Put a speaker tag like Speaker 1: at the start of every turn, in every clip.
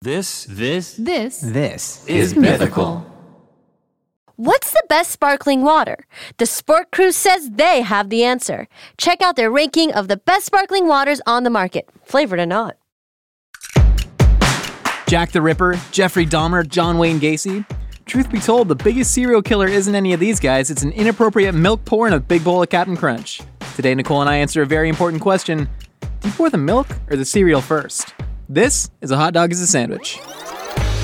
Speaker 1: This, this
Speaker 2: This
Speaker 3: This
Speaker 1: is mythical.
Speaker 4: What's the best sparkling water? The Sport Crew says they have the answer. Check out their ranking of the best sparkling waters on the market, flavored or not.
Speaker 3: Jack the Ripper, Jeffrey Dahmer, John Wayne Gacy. Truth be told, the biggest serial killer isn't any of these guys, it's an inappropriate milk pour and a big bowl of Captain Crunch. Today, Nicole and I answer a very important question Do you pour the milk or the cereal first? This is a hot dog as a sandwich.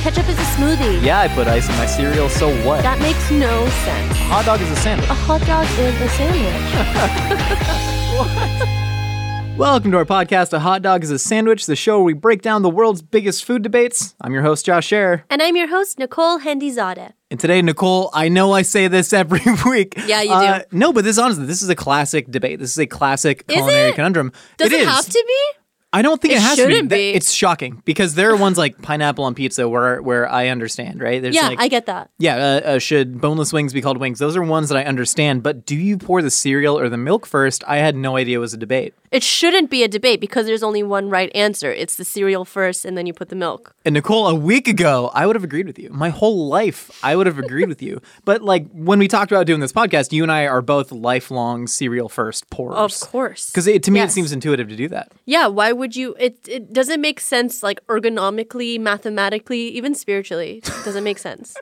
Speaker 4: Ketchup is a smoothie.
Speaker 3: Yeah, I put ice in my cereal, so what?
Speaker 4: That makes no sense.
Speaker 3: Hot dog is a sandwich.
Speaker 4: A hot dog is a sandwich.
Speaker 3: Welcome to our podcast, A Hot Dog is a Sandwich, the show where we break down the world's biggest food debates. I'm your host, Josh Scherer.
Speaker 4: And I'm your host, Nicole Hendizadeh.
Speaker 3: And today, Nicole, I know I say this every week.
Speaker 4: Yeah, you
Speaker 3: Uh,
Speaker 4: do.
Speaker 3: no, but this honestly, this is a classic debate. This is a classic culinary
Speaker 4: it?
Speaker 3: conundrum.
Speaker 4: Does it,
Speaker 3: is.
Speaker 4: have to be?
Speaker 3: I don't think it,
Speaker 2: It
Speaker 3: has
Speaker 2: shouldn't
Speaker 3: to be.
Speaker 2: be.
Speaker 3: Th- It's shocking because there are ones like pineapple on pizza where where I understand, right? There's
Speaker 4: Yeah,
Speaker 3: like,
Speaker 4: I get that.
Speaker 3: yeah. Uh, uh, should boneless wings be called wings? Those are ones that I understand. But do you pour the cereal or the milk first? I had no idea it was a debate.
Speaker 2: It shouldn't be a debate because there's only one right answer. It's the cereal first and then you put the milk.
Speaker 3: And Nicole, a week ago, I would have agreed with you. My whole life, I would have agreed with you. But like when we talked about doing this podcast, you and I are both lifelong cereal first pourers.
Speaker 2: Of course.
Speaker 3: Because to me, it
Speaker 2: Yes.
Speaker 3: seems intuitive to do that.
Speaker 2: Yeah, why would you it it doesn't make sense like ergonomically, mathematically, even spiritually. It doesn't make sense.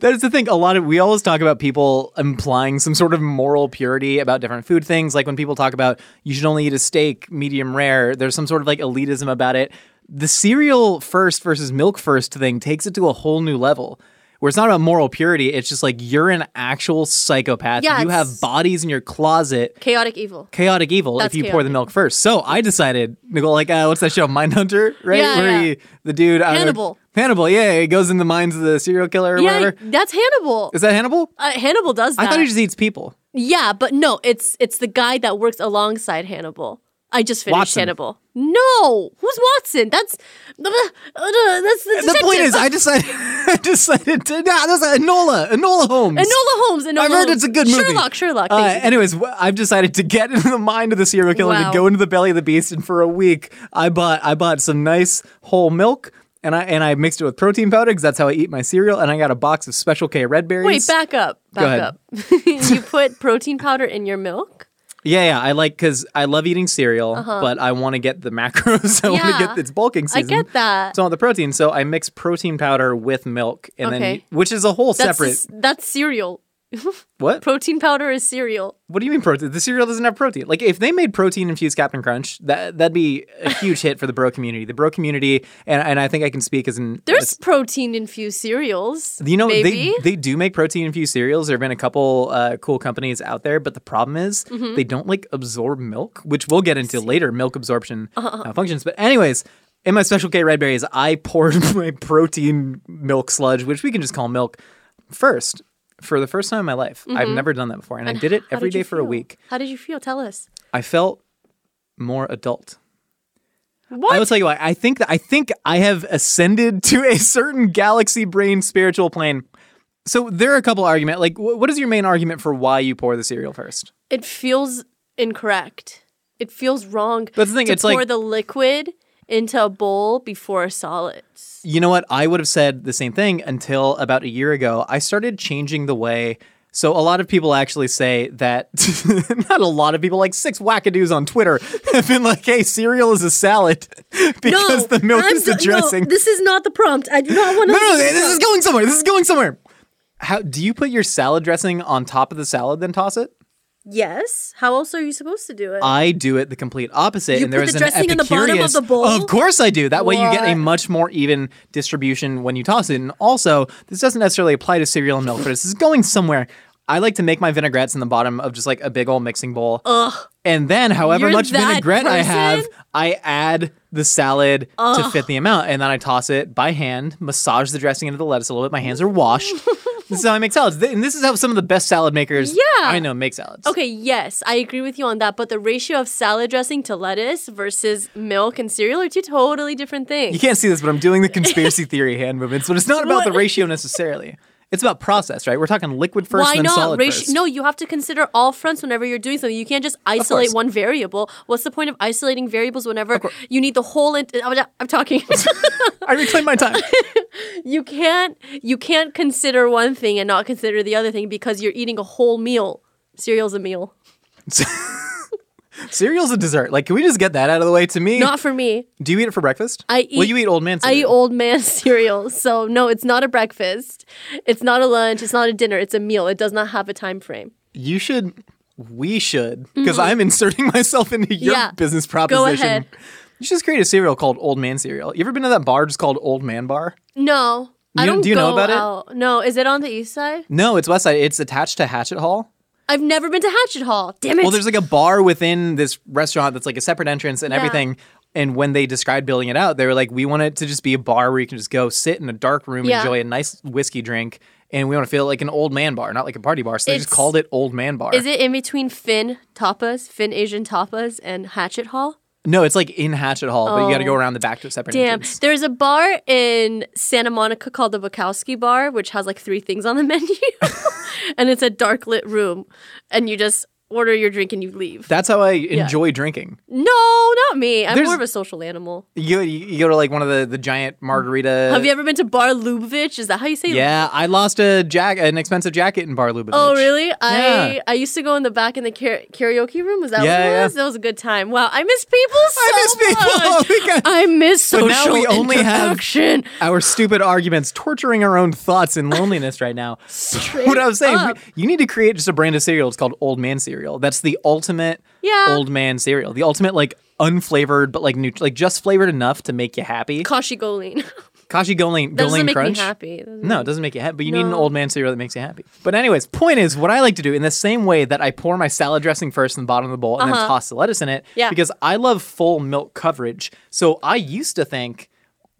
Speaker 3: That is the thing. A lot of we always talk about people implying some sort of moral purity about different food things. Like when people talk about you should only eat a steak medium rare. There's some sort of like elitism about it. The cereal first versus milk first thing takes it to a whole new level. Where it's not about moral purity, it's just like you're an actual psychopath.
Speaker 2: Yeah,
Speaker 3: you have
Speaker 2: it's-
Speaker 3: bodies in your closet
Speaker 2: Chaotic evil.
Speaker 3: chaotic evil if
Speaker 2: That's
Speaker 3: you pour the
Speaker 2: chaotic.
Speaker 3: milk first. So I decided, Nicole, like, uh, what's that show, Mindhunter, right?
Speaker 2: Yeah,
Speaker 3: Where
Speaker 2: yeah.
Speaker 3: He, the dude, I don't know-
Speaker 2: Hannibal.
Speaker 3: Hannibal, yeah, he goes in the minds of the serial killer or
Speaker 2: Yeah,
Speaker 3: whatever.
Speaker 2: that's Hannibal.
Speaker 3: Is that Hannibal?
Speaker 2: Uh, Hannibal does
Speaker 3: I
Speaker 2: that.
Speaker 3: thought he just eats people.
Speaker 2: yeah, but no, it's it's the guy that works alongside Hannibal. I just finished
Speaker 3: Watson.
Speaker 2: Hannibal. No, who's Watson? That's uh, that's the,
Speaker 3: The point
Speaker 2: detective.
Speaker 3: is, I decided, I decided to, nah, that's Enola, Enola Holmes.
Speaker 2: Enola Holmes. Enola
Speaker 3: I've heard
Speaker 2: Holmes.
Speaker 3: it's a good movie.
Speaker 2: Sherlock. Sherlock.
Speaker 3: Uh,
Speaker 2: Thank you.
Speaker 3: anyways, wh- I've decided to get into the mind of the serial killer and
Speaker 2: Wow.
Speaker 3: to go into the belly of the beast. And for a week, I bought I bought some nice whole milk. And I and I mixed it with protein powder because that's how I eat my cereal. And I got a box of Special K red berries.
Speaker 2: Wait, back up.
Speaker 3: ahead.
Speaker 2: Back up. you put protein powder in your milk?
Speaker 3: Yeah, yeah. I like because I love eating cereal, but I want to get the macros. I want to
Speaker 2: Uh-huh. Yeah.
Speaker 3: get it's bulking
Speaker 2: I
Speaker 3: season.
Speaker 2: get that.
Speaker 3: So I want the protein. So I mix protein powder with milk, and then
Speaker 2: Okay.
Speaker 3: which is a whole
Speaker 2: that's
Speaker 3: separate.
Speaker 2: that's cereal.
Speaker 3: what?
Speaker 2: Protein powder is cereal.
Speaker 3: What do you mean protein? The cereal doesn't have protein. Like if they made protein infused Captain Crunch, that that'd be a huge hit for the bro community. The bro community, and, and I think I can speak as an
Speaker 2: There's protein infused cereals.
Speaker 3: You know,
Speaker 2: maybe.
Speaker 3: they they do make protein infused cereals. There have been a couple uh, cool companies out there, but the problem is
Speaker 2: Mm-hmm.
Speaker 3: they don't like absorb milk, which we'll get into later. Milk absorption
Speaker 2: Uh-huh.
Speaker 3: malfunctions. But anyways, in my special K red berries, I poured my protein milk sludge, which we can just call milk, first for the first time in my life. I've never done that before, and, I did it
Speaker 2: Mm-hmm. How
Speaker 3: every
Speaker 2: did you
Speaker 3: day for a
Speaker 2: feel?
Speaker 3: week.
Speaker 2: How did you feel? Tell us.
Speaker 3: I felt more adult.
Speaker 2: What?
Speaker 3: I will tell you what. I think that I think I have ascended to a certain galaxy brain spiritual plane. So there are a couple argument. Like, wh- what is your main argument for why you pour the cereal first?
Speaker 2: it feels incorrect. It feels wrong.
Speaker 3: That's the thing,
Speaker 2: To
Speaker 3: it's like-
Speaker 2: pour the liquid into a bowl before solids.
Speaker 3: You know what? I would have said the same thing until about a year ago. I started changing the way. So a lot of people actually say that. not a lot of people, like six wackadoos on Twitter, have been like, "Hey, cereal is a salad because the milk
Speaker 2: I'm
Speaker 3: is the
Speaker 2: so- no,
Speaker 3: dressing."
Speaker 2: this is not the prompt. I do not want to.
Speaker 3: No, no, this is going somewhere. This is going somewhere. How do you put your salad dressing on top of the salad, then toss it?
Speaker 2: Yes. How else are you supposed to do it?
Speaker 3: I do it the complete opposite.
Speaker 2: You
Speaker 3: and there
Speaker 2: put
Speaker 3: is
Speaker 2: the
Speaker 3: an
Speaker 2: dressing on the bottom of
Speaker 3: Epicurious-
Speaker 2: the bowl?
Speaker 3: Of course I do. That way you get a
Speaker 2: What?
Speaker 3: much more even distribution when you toss it. And also, this doesn't necessarily apply to cereal and milk, but this is going somewhere. I like to make my vinaigrettes in the bottom of just like a big old mixing bowl. Ugh. And then, however
Speaker 2: You're
Speaker 3: much
Speaker 2: that
Speaker 3: vinaigrette I have,
Speaker 2: person?
Speaker 3: I add the salad to fit the amount. And then I toss it by hand, massage the dressing into the lettuce a little bit. My hands are washed. this is how I make salads. And this is how some of the best salad makers
Speaker 2: Yeah.
Speaker 3: I know make salads.
Speaker 2: Okay, yes, I agree with you on that, but the ratio of salad dressing to lettuce versus milk and cereal are two totally different
Speaker 3: You
Speaker 2: things.
Speaker 3: can't see this, but I'm doing the conspiracy theory hand movements, but it's not about the ratio necessarily. It's about process, right? We're talking liquid first,
Speaker 2: Why
Speaker 3: then
Speaker 2: not?
Speaker 3: solid
Speaker 2: Ratio-
Speaker 3: first.
Speaker 2: no, you have to consider all fronts whenever you're doing something. You can't just isolate
Speaker 3: course.
Speaker 2: one variable. What's the point of isolating variables whenever you need the whole? In- I'm, I'm talking.
Speaker 3: I reclaim my time.
Speaker 2: you can't. You can't consider one thing and not consider the other thing because you're eating a whole meal. Cereal's a meal.
Speaker 3: Cereal's a dessert. Like, can we just get that out of the way? To me,
Speaker 2: Not for me.
Speaker 3: do you eat it for breakfast?
Speaker 2: I eat.
Speaker 3: Well, you eat old man
Speaker 2: I
Speaker 3: cereal.
Speaker 2: eat old man cereal. So no, it's not a breakfast. It's not a lunch. It's not a dinner. It's a meal. It does not have a time frame.
Speaker 3: you should we should because i'm inserting myself into your
Speaker 2: Mm-hmm. Yeah.
Speaker 3: business
Speaker 2: Go
Speaker 3: proposition
Speaker 2: ahead.
Speaker 3: you should just create a cereal called old man cereal you ever been to that bar just called old man bar
Speaker 2: No. I
Speaker 3: You-
Speaker 2: don't
Speaker 3: do you know
Speaker 2: go
Speaker 3: about it?
Speaker 2: out. No, is it on the east side?
Speaker 3: no it's west side it's attached to hatchet hall
Speaker 2: I've never been to Hatchet Hall. Damn it.
Speaker 3: well there's like a bar within this restaurant that's like a separate entrance and
Speaker 2: Yeah.
Speaker 3: everything and when they described building it out they were like we want it to just be a bar where you can just go sit in a dark room and
Speaker 2: Yeah.
Speaker 3: enjoy a nice whiskey drink and we want to feel like an old man bar not like a party bar so they just
Speaker 2: It's-
Speaker 3: called it old man bar
Speaker 2: is it in between Finn Tapas, Finn Asian Tapas, and Hatchet Hall?
Speaker 3: no it's like in hatchet hall but you got to
Speaker 2: Oh.
Speaker 3: go around the back to a separate
Speaker 2: Damn.
Speaker 3: entrance
Speaker 2: There's a bar in Santa Monica called the Bukowski Bar, which has like three things on the menu. and it's a dark lit room. And you just order your drink and you leave.
Speaker 3: That's how I enjoy drinking.
Speaker 2: no, not me. I'm
Speaker 3: There's-
Speaker 2: more of a social animal.
Speaker 3: You, you go to like one of the, the giant margarita.
Speaker 2: Have you ever been to Bar Lubavitch? Is that how you say it?
Speaker 3: Uh, yeah, I lost a jack an expensive jacket in Bar Lubavitch.
Speaker 2: Oh really?
Speaker 3: Yeah.
Speaker 2: I I used to go in the back in the kara- karaoke room. Was that
Speaker 3: Yeah,
Speaker 2: what it
Speaker 3: yeah.
Speaker 2: was? That was a good time. Wow, I miss people so
Speaker 3: I miss people.
Speaker 2: much.
Speaker 3: We got-
Speaker 2: I miss
Speaker 3: But now
Speaker 2: social
Speaker 3: we only have-
Speaker 2: interaction.
Speaker 3: Our stupid arguments, torturing our own thoughts and loneliness right now. what I was saying,
Speaker 2: up.
Speaker 3: we- you need to create just a brand of cereal. It's called Old Man Cereal. That's the ultimate
Speaker 2: Yeah.
Speaker 3: old man cereal. The ultimate like unflavored, but like neut- like just flavored enough to make you happy.
Speaker 2: Kashi Goline.
Speaker 3: Kashi Golane,
Speaker 2: That doesn't
Speaker 3: Golane
Speaker 2: make
Speaker 3: Crunch.
Speaker 2: me happy. It doesn't-
Speaker 3: No, it doesn't make you happy, but you need an
Speaker 2: No.
Speaker 3: old man cereal that makes you happy. But anyways, point is what I like to do in the same way that I pour my salad dressing first in the bottom of the bowl and then toss the lettuce in it
Speaker 2: Uh-huh. Yeah.
Speaker 3: because I love full milk coverage. So I used to think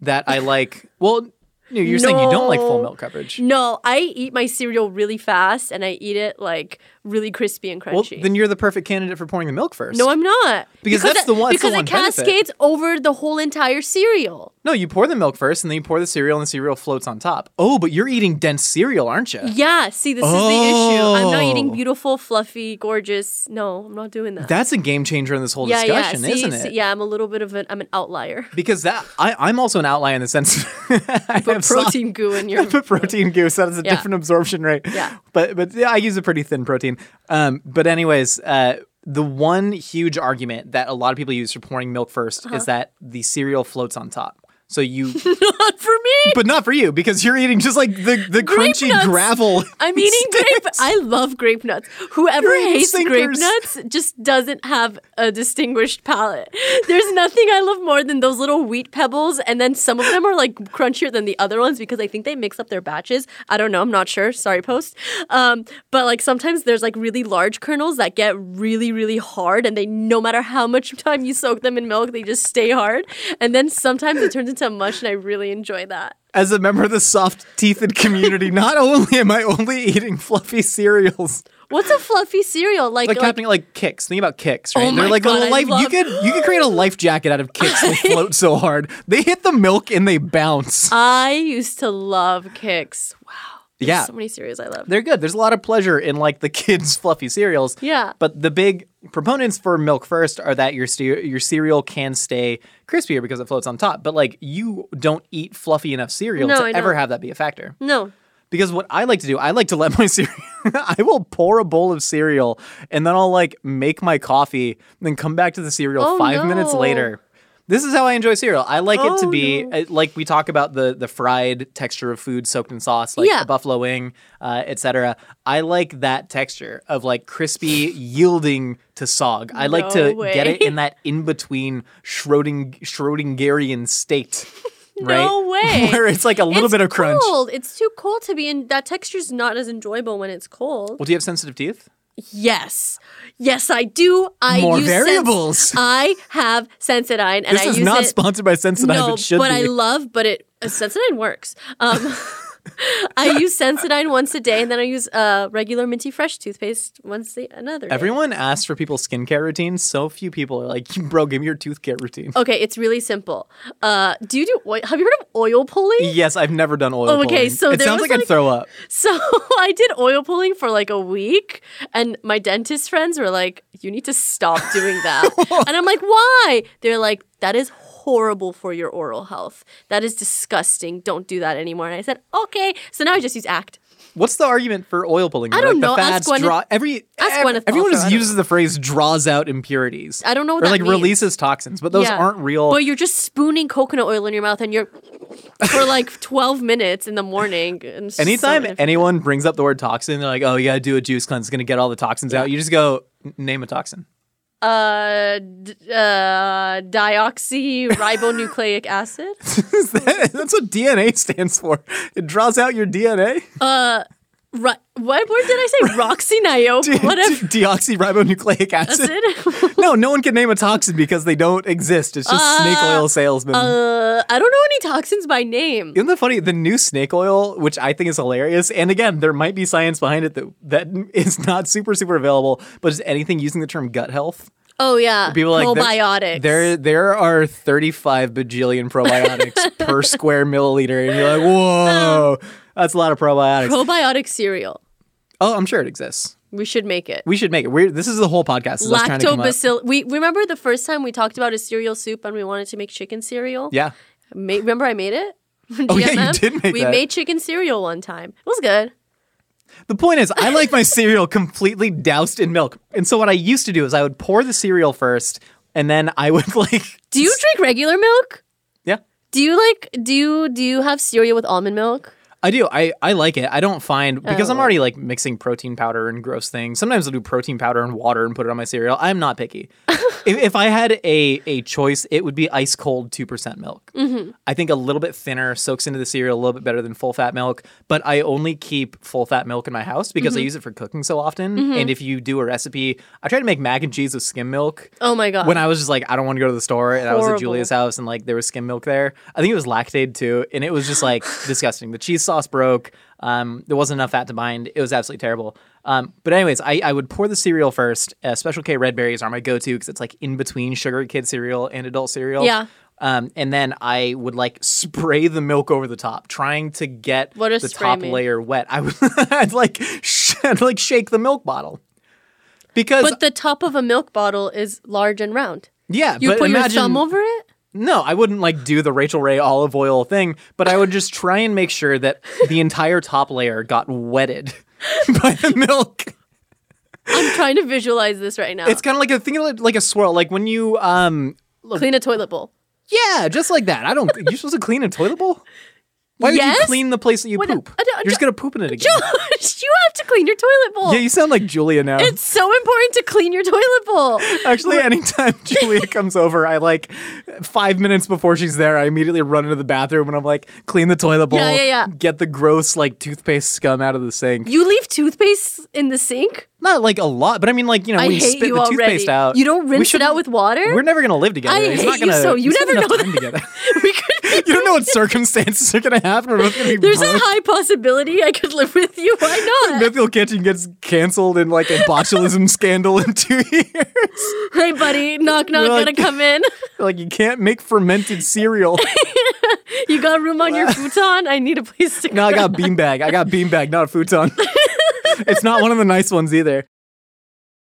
Speaker 3: that I like well, no, you're saying you don't like full
Speaker 2: No.
Speaker 3: milk coverage.
Speaker 2: No, I eat my cereal really fast and I eat it like really crispy and
Speaker 3: Well,
Speaker 2: crunchy.
Speaker 3: then you're the perfect candidate for pouring the milk first.
Speaker 2: no, I'm not.
Speaker 3: Because that's
Speaker 2: it-
Speaker 3: the one- that's the
Speaker 2: Because
Speaker 3: one
Speaker 2: it
Speaker 3: benefit.
Speaker 2: cascades over the whole entire cereal.
Speaker 3: no, you pour the milk first and then you pour the cereal and the cereal floats on top. Oh, but you're eating dense cereal, aren't you?
Speaker 2: Yeah, see, this is the issue. I'm not
Speaker 3: Oh.
Speaker 2: eating beautiful, fluffy, gorgeous. No, I'm not doing that.
Speaker 3: That's a game changer in this whole
Speaker 2: yeah,
Speaker 3: discussion,
Speaker 2: yeah. See,
Speaker 3: isn't
Speaker 2: see-
Speaker 3: it?
Speaker 2: yeah, I'm a little bit of an I'm an outlier.
Speaker 3: Because that I, I'm also an outlier in the sense I
Speaker 2: Put
Speaker 3: have soft-
Speaker 2: protein goo in your
Speaker 3: put protein goose. That is a
Speaker 2: Yeah.
Speaker 3: different absorption rate.
Speaker 2: Yeah.
Speaker 3: But but yeah, I use a pretty thin protein. Um, but anyways, uh, the one huge argument that a lot of people use for pouring milk 1st
Speaker 2: Uh-huh.
Speaker 3: is that the cereal floats on top. So you,
Speaker 2: not for me.
Speaker 3: but not for you because you're eating just like the the
Speaker 2: Grape
Speaker 3: crunchy
Speaker 2: nuts.
Speaker 3: gravel.
Speaker 2: I'm eating grape.
Speaker 3: sticks.
Speaker 2: I love grape nuts. Whoever
Speaker 3: You're eating
Speaker 2: hates grape
Speaker 3: sinkers.
Speaker 2: nuts just doesn't have a distinguished palate. There's nothing I love more than those little wheat pebbles, and then some of them are like crunchier than the other ones because I think they mix up their batches. I don't know. I'm not sure. Sorry, post. Um, but like sometimes there's like really large kernels that get really, really hard, and they no matter how much time you soak them in milk, they just stay hard. And then sometimes it turns into a mush, and I really enjoy that.
Speaker 3: As a member of the soft teethed community, not only am I only eating fluffy cereals,
Speaker 2: What's a fluffy cereal like?
Speaker 3: like,
Speaker 2: like Oh
Speaker 3: happening like kicks. Think about kicks, right? They're
Speaker 2: my
Speaker 3: like a
Speaker 2: God,
Speaker 3: little
Speaker 2: I
Speaker 3: life. You
Speaker 2: love-
Speaker 3: could you could create a life jacket out of kicks. They float so hard. They hit the milk and they bounce.
Speaker 2: I used to love kicks. Wow. Uh, There's
Speaker 3: Yeah.
Speaker 2: So many cereals I love.
Speaker 3: They're good. There's a lot of pleasure in like the kids' fluffy cereals.
Speaker 2: Yeah.
Speaker 3: But the big proponents for milk first are that your ste- your cereal can stay crispier because it floats on top. But like you don't eat fluffy enough cereal
Speaker 2: No,
Speaker 3: to
Speaker 2: I
Speaker 3: ever
Speaker 2: don't.
Speaker 3: have that be a factor.
Speaker 2: no.
Speaker 3: Because what I like to do, I like to let my cereal. I will pour a bowl of cereal and then I'll like make my coffee, and then come back to the cereal
Speaker 2: Oh,
Speaker 3: five minutes
Speaker 2: no.
Speaker 3: later. This is how I enjoy cereal. I like it to
Speaker 2: Oh,
Speaker 3: be uh, like we talk about the the fried texture of food soaked in sauce, like
Speaker 2: Yeah.
Speaker 3: a buffalo wing, uh, etc. I like that texture of like crispy yielding to sog. I like to
Speaker 2: No
Speaker 3: get it
Speaker 2: way.
Speaker 3: in that in between Schroding Schrodingerian state, right?
Speaker 2: No way.
Speaker 3: Where it's like a little
Speaker 2: It's
Speaker 3: bit of crunch.
Speaker 2: Cold. It's too cold to be in. That texture's not as enjoyable when it's cold.
Speaker 3: Well, do you have sensitive teeth?
Speaker 2: Yes. Yes, I do. I
Speaker 3: More
Speaker 2: use Sens-
Speaker 3: variables.
Speaker 2: I have Sensodyne and
Speaker 3: This
Speaker 2: I
Speaker 3: is
Speaker 2: use
Speaker 3: not
Speaker 2: it.
Speaker 3: sponsored by Sensodyne.
Speaker 2: no,
Speaker 3: it should
Speaker 2: but
Speaker 3: be.
Speaker 2: I love, but it uh, Sensodyne works. Um, I use Sensodyne once a day, and then I use uh, regular minty fresh toothpaste once the, another. day.
Speaker 3: Everyone asks for people's skincare routines. So few people are like, bro, give me your tooth care routine.
Speaker 2: Okay, it's really simple. Uh, do you do oil? Have you heard of oil pulling?
Speaker 3: Yes, I've never done oil.
Speaker 2: Oh, okay,
Speaker 3: pulling.
Speaker 2: so
Speaker 3: it
Speaker 2: there
Speaker 3: sounds
Speaker 2: was,
Speaker 3: like, I'd
Speaker 2: like-
Speaker 3: throw up.
Speaker 2: So I did oil pulling for like a week, and my dentist friends were like, "You need to stop doing that." and I'm like, "Why?" They're like, "That is horrible for your oral health. That is disgusting. Don't do that anymore." And I said, "Okay." So now I just use Act.
Speaker 3: What's the argument for oil pulling?
Speaker 2: I
Speaker 3: Like,
Speaker 2: don't know.
Speaker 3: The
Speaker 2: Ask
Speaker 3: fads
Speaker 2: Gwyneth-
Speaker 3: draw every.
Speaker 2: ask
Speaker 3: ev-
Speaker 2: Gwyneth
Speaker 3: everyone
Speaker 2: Paltrow,
Speaker 3: just
Speaker 2: I don't
Speaker 3: uses the phrase "draws out impurities."
Speaker 2: I don't know what
Speaker 3: or
Speaker 2: that
Speaker 3: like
Speaker 2: means.
Speaker 3: releases toxins, but those
Speaker 2: Yeah.
Speaker 3: aren't real.
Speaker 2: But you're just spooning coconut oil in your mouth, and you're for like 12 minutes in the morning. And it's just so
Speaker 3: Anytime
Speaker 2: inefficient.
Speaker 3: anyone brings up the word toxin, they're like, "Oh, you gotta do a juice cleanse. It's gonna get all the toxins out." You just go, "N- "Name a toxin."
Speaker 2: uh, d- uh, dioxyribonucleic acid.
Speaker 3: That's what DNA stands for. It draws out your DNA.
Speaker 2: Ri- what word did I say? Roxyniope. Whatever.
Speaker 3: Deoxyribonucleic acid.
Speaker 2: Acid?
Speaker 3: no, no one can name a toxin because they don't exist. It's just snake oil salesmen.
Speaker 2: Uh, I don't know any toxins by name.
Speaker 3: Isn't that funny? The new snake oil, which I think is hilarious, and again, there might be science behind it that that is not super super available, but just anything using the term gut health.
Speaker 2: Oh yeah,
Speaker 3: People are like there-
Speaker 2: probiotics.
Speaker 3: There, there are thirty five bajillion probiotics per square milliliter, and you're like, whoa,
Speaker 2: Oh.
Speaker 3: that's a lot of probiotics.
Speaker 2: probiotic cereal.
Speaker 3: oh, I'm sure it exists.
Speaker 2: We should make it.
Speaker 3: We should make it. We're this is the whole podcast. Is us trying to come up-
Speaker 2: Lactobacillus. We remember the first time we talked about a cereal soup and we wanted to make chicken cereal.
Speaker 3: Yeah.
Speaker 2: Ma- remember I made it.
Speaker 3: Oh, yeah, you
Speaker 2: GMM?
Speaker 3: did make
Speaker 2: We
Speaker 3: that.
Speaker 2: made chicken cereal one time. It was good.
Speaker 3: The point is, I like my cereal completely doused in milk, and so what I used to do is I would pour the cereal first, and then I would like,
Speaker 2: Do you drink regular milk?
Speaker 3: yeah.
Speaker 2: Do you like? Do you do you have cereal with almond milk?
Speaker 3: I do. I, I like it. I don't find because I'm
Speaker 2: Oh.
Speaker 3: already like mixing protein powder and gross things. Sometimes I'll do protein powder and water and put it on my cereal. I'm not picky. if, if I had a, a choice, it would be ice cold 2% milk.
Speaker 2: Mm-hmm.
Speaker 3: I think a little bit thinner soaks into the cereal a little bit better than full fat milk, but I only keep full fat milk in my house because
Speaker 2: Mm-hmm.
Speaker 3: I use it for cooking so often. And if you do a recipe, I try to make mac and cheese with skim milk.
Speaker 2: Oh my god.
Speaker 3: When I was just like, I don't want to go to the store, and I was
Speaker 2: Horrible.
Speaker 3: at Julia's house, and like there was skim milk there. I think it was lactaid too, and it was just like disgusting. The cheese sauce broke. Um, there wasn't enough fat to bind. It was absolutely terrible. Um, but anyways, I, I would pour the cereal first. Uh, Special K red berries are my go-to because it's like in between sugar kid cereal and adult cereal.
Speaker 2: Yeah.
Speaker 3: Um, and then I would like spray the milk over the top, trying to get
Speaker 2: What does
Speaker 3: the
Speaker 2: spray
Speaker 3: top
Speaker 2: mean?
Speaker 3: layer wet. I would I'd like sh- I'd like shake the milk bottle because
Speaker 2: but the top of a milk bottle is large and round.
Speaker 3: yeah,
Speaker 2: You
Speaker 3: but
Speaker 2: put
Speaker 3: imagine,
Speaker 2: your thumb over it?
Speaker 3: No, I wouldn't like do the Rachel Ray olive oil thing, but I would just try and make sure that the entire top layer got wetted by the milk.
Speaker 2: I'm trying to visualize this right now.
Speaker 3: It's kind of like a thing like, like a swirl, like when you um
Speaker 2: Clean a toilet bowl.
Speaker 3: yeah, just like that. I don't. You're supposed to clean a toilet bowl. Why would you
Speaker 2: Yes?
Speaker 3: clean the place that you
Speaker 2: What-
Speaker 3: poop?
Speaker 2: I don't-
Speaker 3: You're just gonna poop in it again.
Speaker 2: Josh, you have to clean your toilet bowl.
Speaker 3: Yeah, you sound like Julia now.
Speaker 2: it's so important to clean your toilet bowl.
Speaker 3: Actually, anytime Julia comes over, I like five minutes before she's there, I immediately run into the bathroom and I'm like, clean the toilet bowl,
Speaker 2: Yeah, yeah, yeah.
Speaker 3: get the gross like toothpaste scum out of the sink.
Speaker 2: You leave toothpaste in the sink?
Speaker 3: Not like a lot, but I mean, like you know,
Speaker 2: I
Speaker 3: when you
Speaker 2: hate
Speaker 3: spit
Speaker 2: you
Speaker 3: the
Speaker 2: already.
Speaker 3: toothpaste out,
Speaker 2: You don't
Speaker 3: we
Speaker 2: rinse it
Speaker 3: shouldn't-
Speaker 2: out with water?
Speaker 3: We're never gonna live together.
Speaker 2: I
Speaker 3: It's
Speaker 2: hate
Speaker 3: not
Speaker 2: you
Speaker 3: gonna,
Speaker 2: so. You
Speaker 3: we just
Speaker 2: never
Speaker 3: have
Speaker 2: know
Speaker 3: enough time
Speaker 2: that.
Speaker 3: together.
Speaker 2: we could
Speaker 3: You don't know what circumstances are gonna happen. We're both gonna be
Speaker 2: There's a
Speaker 3: broke.
Speaker 2: high possibility I could live with you. Why not?
Speaker 3: Mythical Kitchen gets canceled in like a botulism scandal in two years.
Speaker 2: hey, buddy, knock knock,
Speaker 3: We're
Speaker 2: going
Speaker 3: like-
Speaker 2: gotta come in.
Speaker 3: Like you can't make fermented cereal.
Speaker 2: You got room on your futon? I need a place to
Speaker 3: No, I got beanbag. I got beanbag, not a futon. it's not one of the nice ones either.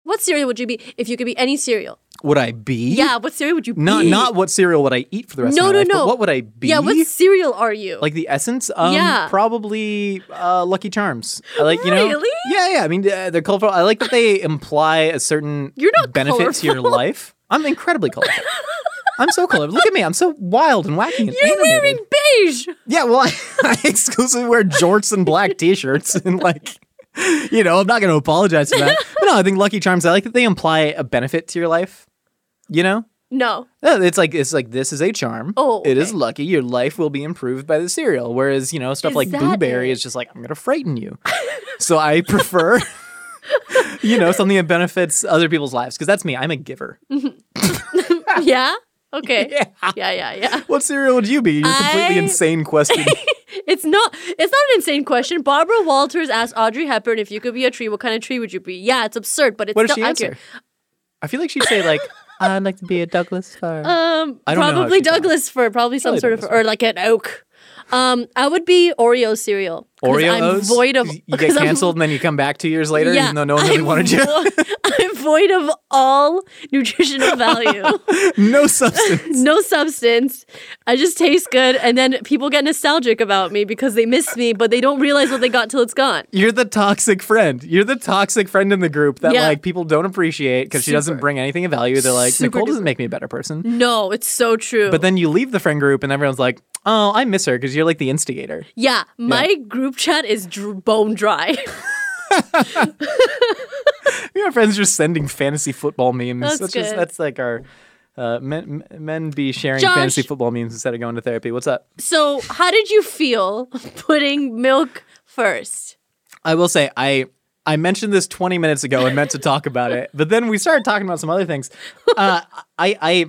Speaker 2: What cereal would you be if you could be any cereal?
Speaker 3: Would I be?
Speaker 2: Yeah, what cereal would you
Speaker 3: Not
Speaker 2: be?
Speaker 3: not what cereal would I eat for the rest
Speaker 2: No,
Speaker 3: of my
Speaker 2: no,
Speaker 3: life,
Speaker 2: no.
Speaker 3: But what would I be?
Speaker 2: Yeah, what cereal are you?
Speaker 3: like the essence? Um,
Speaker 2: Yeah.
Speaker 3: Probably uh, Lucky Charms. I like you know.
Speaker 2: Really?
Speaker 3: Yeah, yeah. I mean, uh, they're colorful. I like that they imply a certain
Speaker 2: You're not
Speaker 3: benefit to your
Speaker 2: colorful.
Speaker 3: life. I'm incredibly colorful. I'm so colorful. Look at me. I'm so wild and wacky and
Speaker 2: You're
Speaker 3: animated.
Speaker 2: wearing beige.
Speaker 3: Yeah, well, I, I exclusively wear jorts and black t-shirts, and like, you know, I'm not going to apologize for that. But no, I think Lucky Charms. I like that they imply a benefit to your life. You know,
Speaker 2: No.
Speaker 3: No, Oh, it's like it's like this is a charm.
Speaker 2: Oh,
Speaker 3: it is
Speaker 2: okay.
Speaker 3: lucky. Your life will be improved by the cereal. Whereas you know stuff
Speaker 2: Is
Speaker 3: like
Speaker 2: that
Speaker 3: Blueberry
Speaker 2: it?
Speaker 3: is just like I'm going to frighten you. so I prefer. You know, something that benefits other people's lives because that's me. I'm a giver.
Speaker 2: yeah? Okay.
Speaker 3: Yeah.
Speaker 2: Yeah, yeah, yeah.
Speaker 3: What cereal would you be? Your completely
Speaker 2: I-
Speaker 3: insane question.
Speaker 2: It's not. It's not an insane question. Barbara Walters asked Audrey Hepburn if you could be a tree, what kind of tree would you be? Yeah, it's absurd, but it's
Speaker 3: What did
Speaker 2: still
Speaker 3: she
Speaker 2: accurate.
Speaker 3: answer? I feel like she'd say like, "I'd like to be a Douglas fir."
Speaker 2: Um,
Speaker 3: I don't know how
Speaker 2: probably
Speaker 3: she got it.
Speaker 2: Douglas fir, probably some
Speaker 3: Probably
Speaker 2: sort of,
Speaker 3: Douglas
Speaker 2: or like an oak. Um, I would be Oreo cereal. 'cause
Speaker 3: Oreo
Speaker 2: I'm
Speaker 3: O's?
Speaker 2: void of.
Speaker 3: 'Cause You get
Speaker 2: because I'm-
Speaker 3: canceled and then you come back two years later, even though no one really
Speaker 2: I'm
Speaker 3: wanted you.
Speaker 2: vo- I'm void of all nutritional value.
Speaker 3: no substance.
Speaker 2: no substance. I just taste good, and then people get nostalgic about me because they miss me, but they don't realize what they got till it's gone.
Speaker 3: You're the toxic friend. You're the toxic friend in the group that
Speaker 2: Yeah.
Speaker 3: like people don't appreciate because she doesn't
Speaker 2: Super.
Speaker 3: bring anything of value. They're like,
Speaker 2: Super
Speaker 3: Nicole
Speaker 2: duper.
Speaker 3: doesn't make me a better person.
Speaker 2: No, it's so true.
Speaker 3: But then you leave the friend group and everyone's like, oh, I miss her because you're like the instigator.
Speaker 2: yeah, my group chat is dr- bone dry.
Speaker 3: Your friends just sending fantasy football memes.
Speaker 2: That's
Speaker 3: just
Speaker 2: good.
Speaker 3: that's like our uh, men men be sharing
Speaker 2: Josh!
Speaker 3: fantasy football memes instead of going to therapy. What's up?
Speaker 2: so, how did you feel putting milk first?
Speaker 3: I will say I I mentioned this 20 minutes ago and meant to talk about it, but then we started talking about some other things. Uh, I I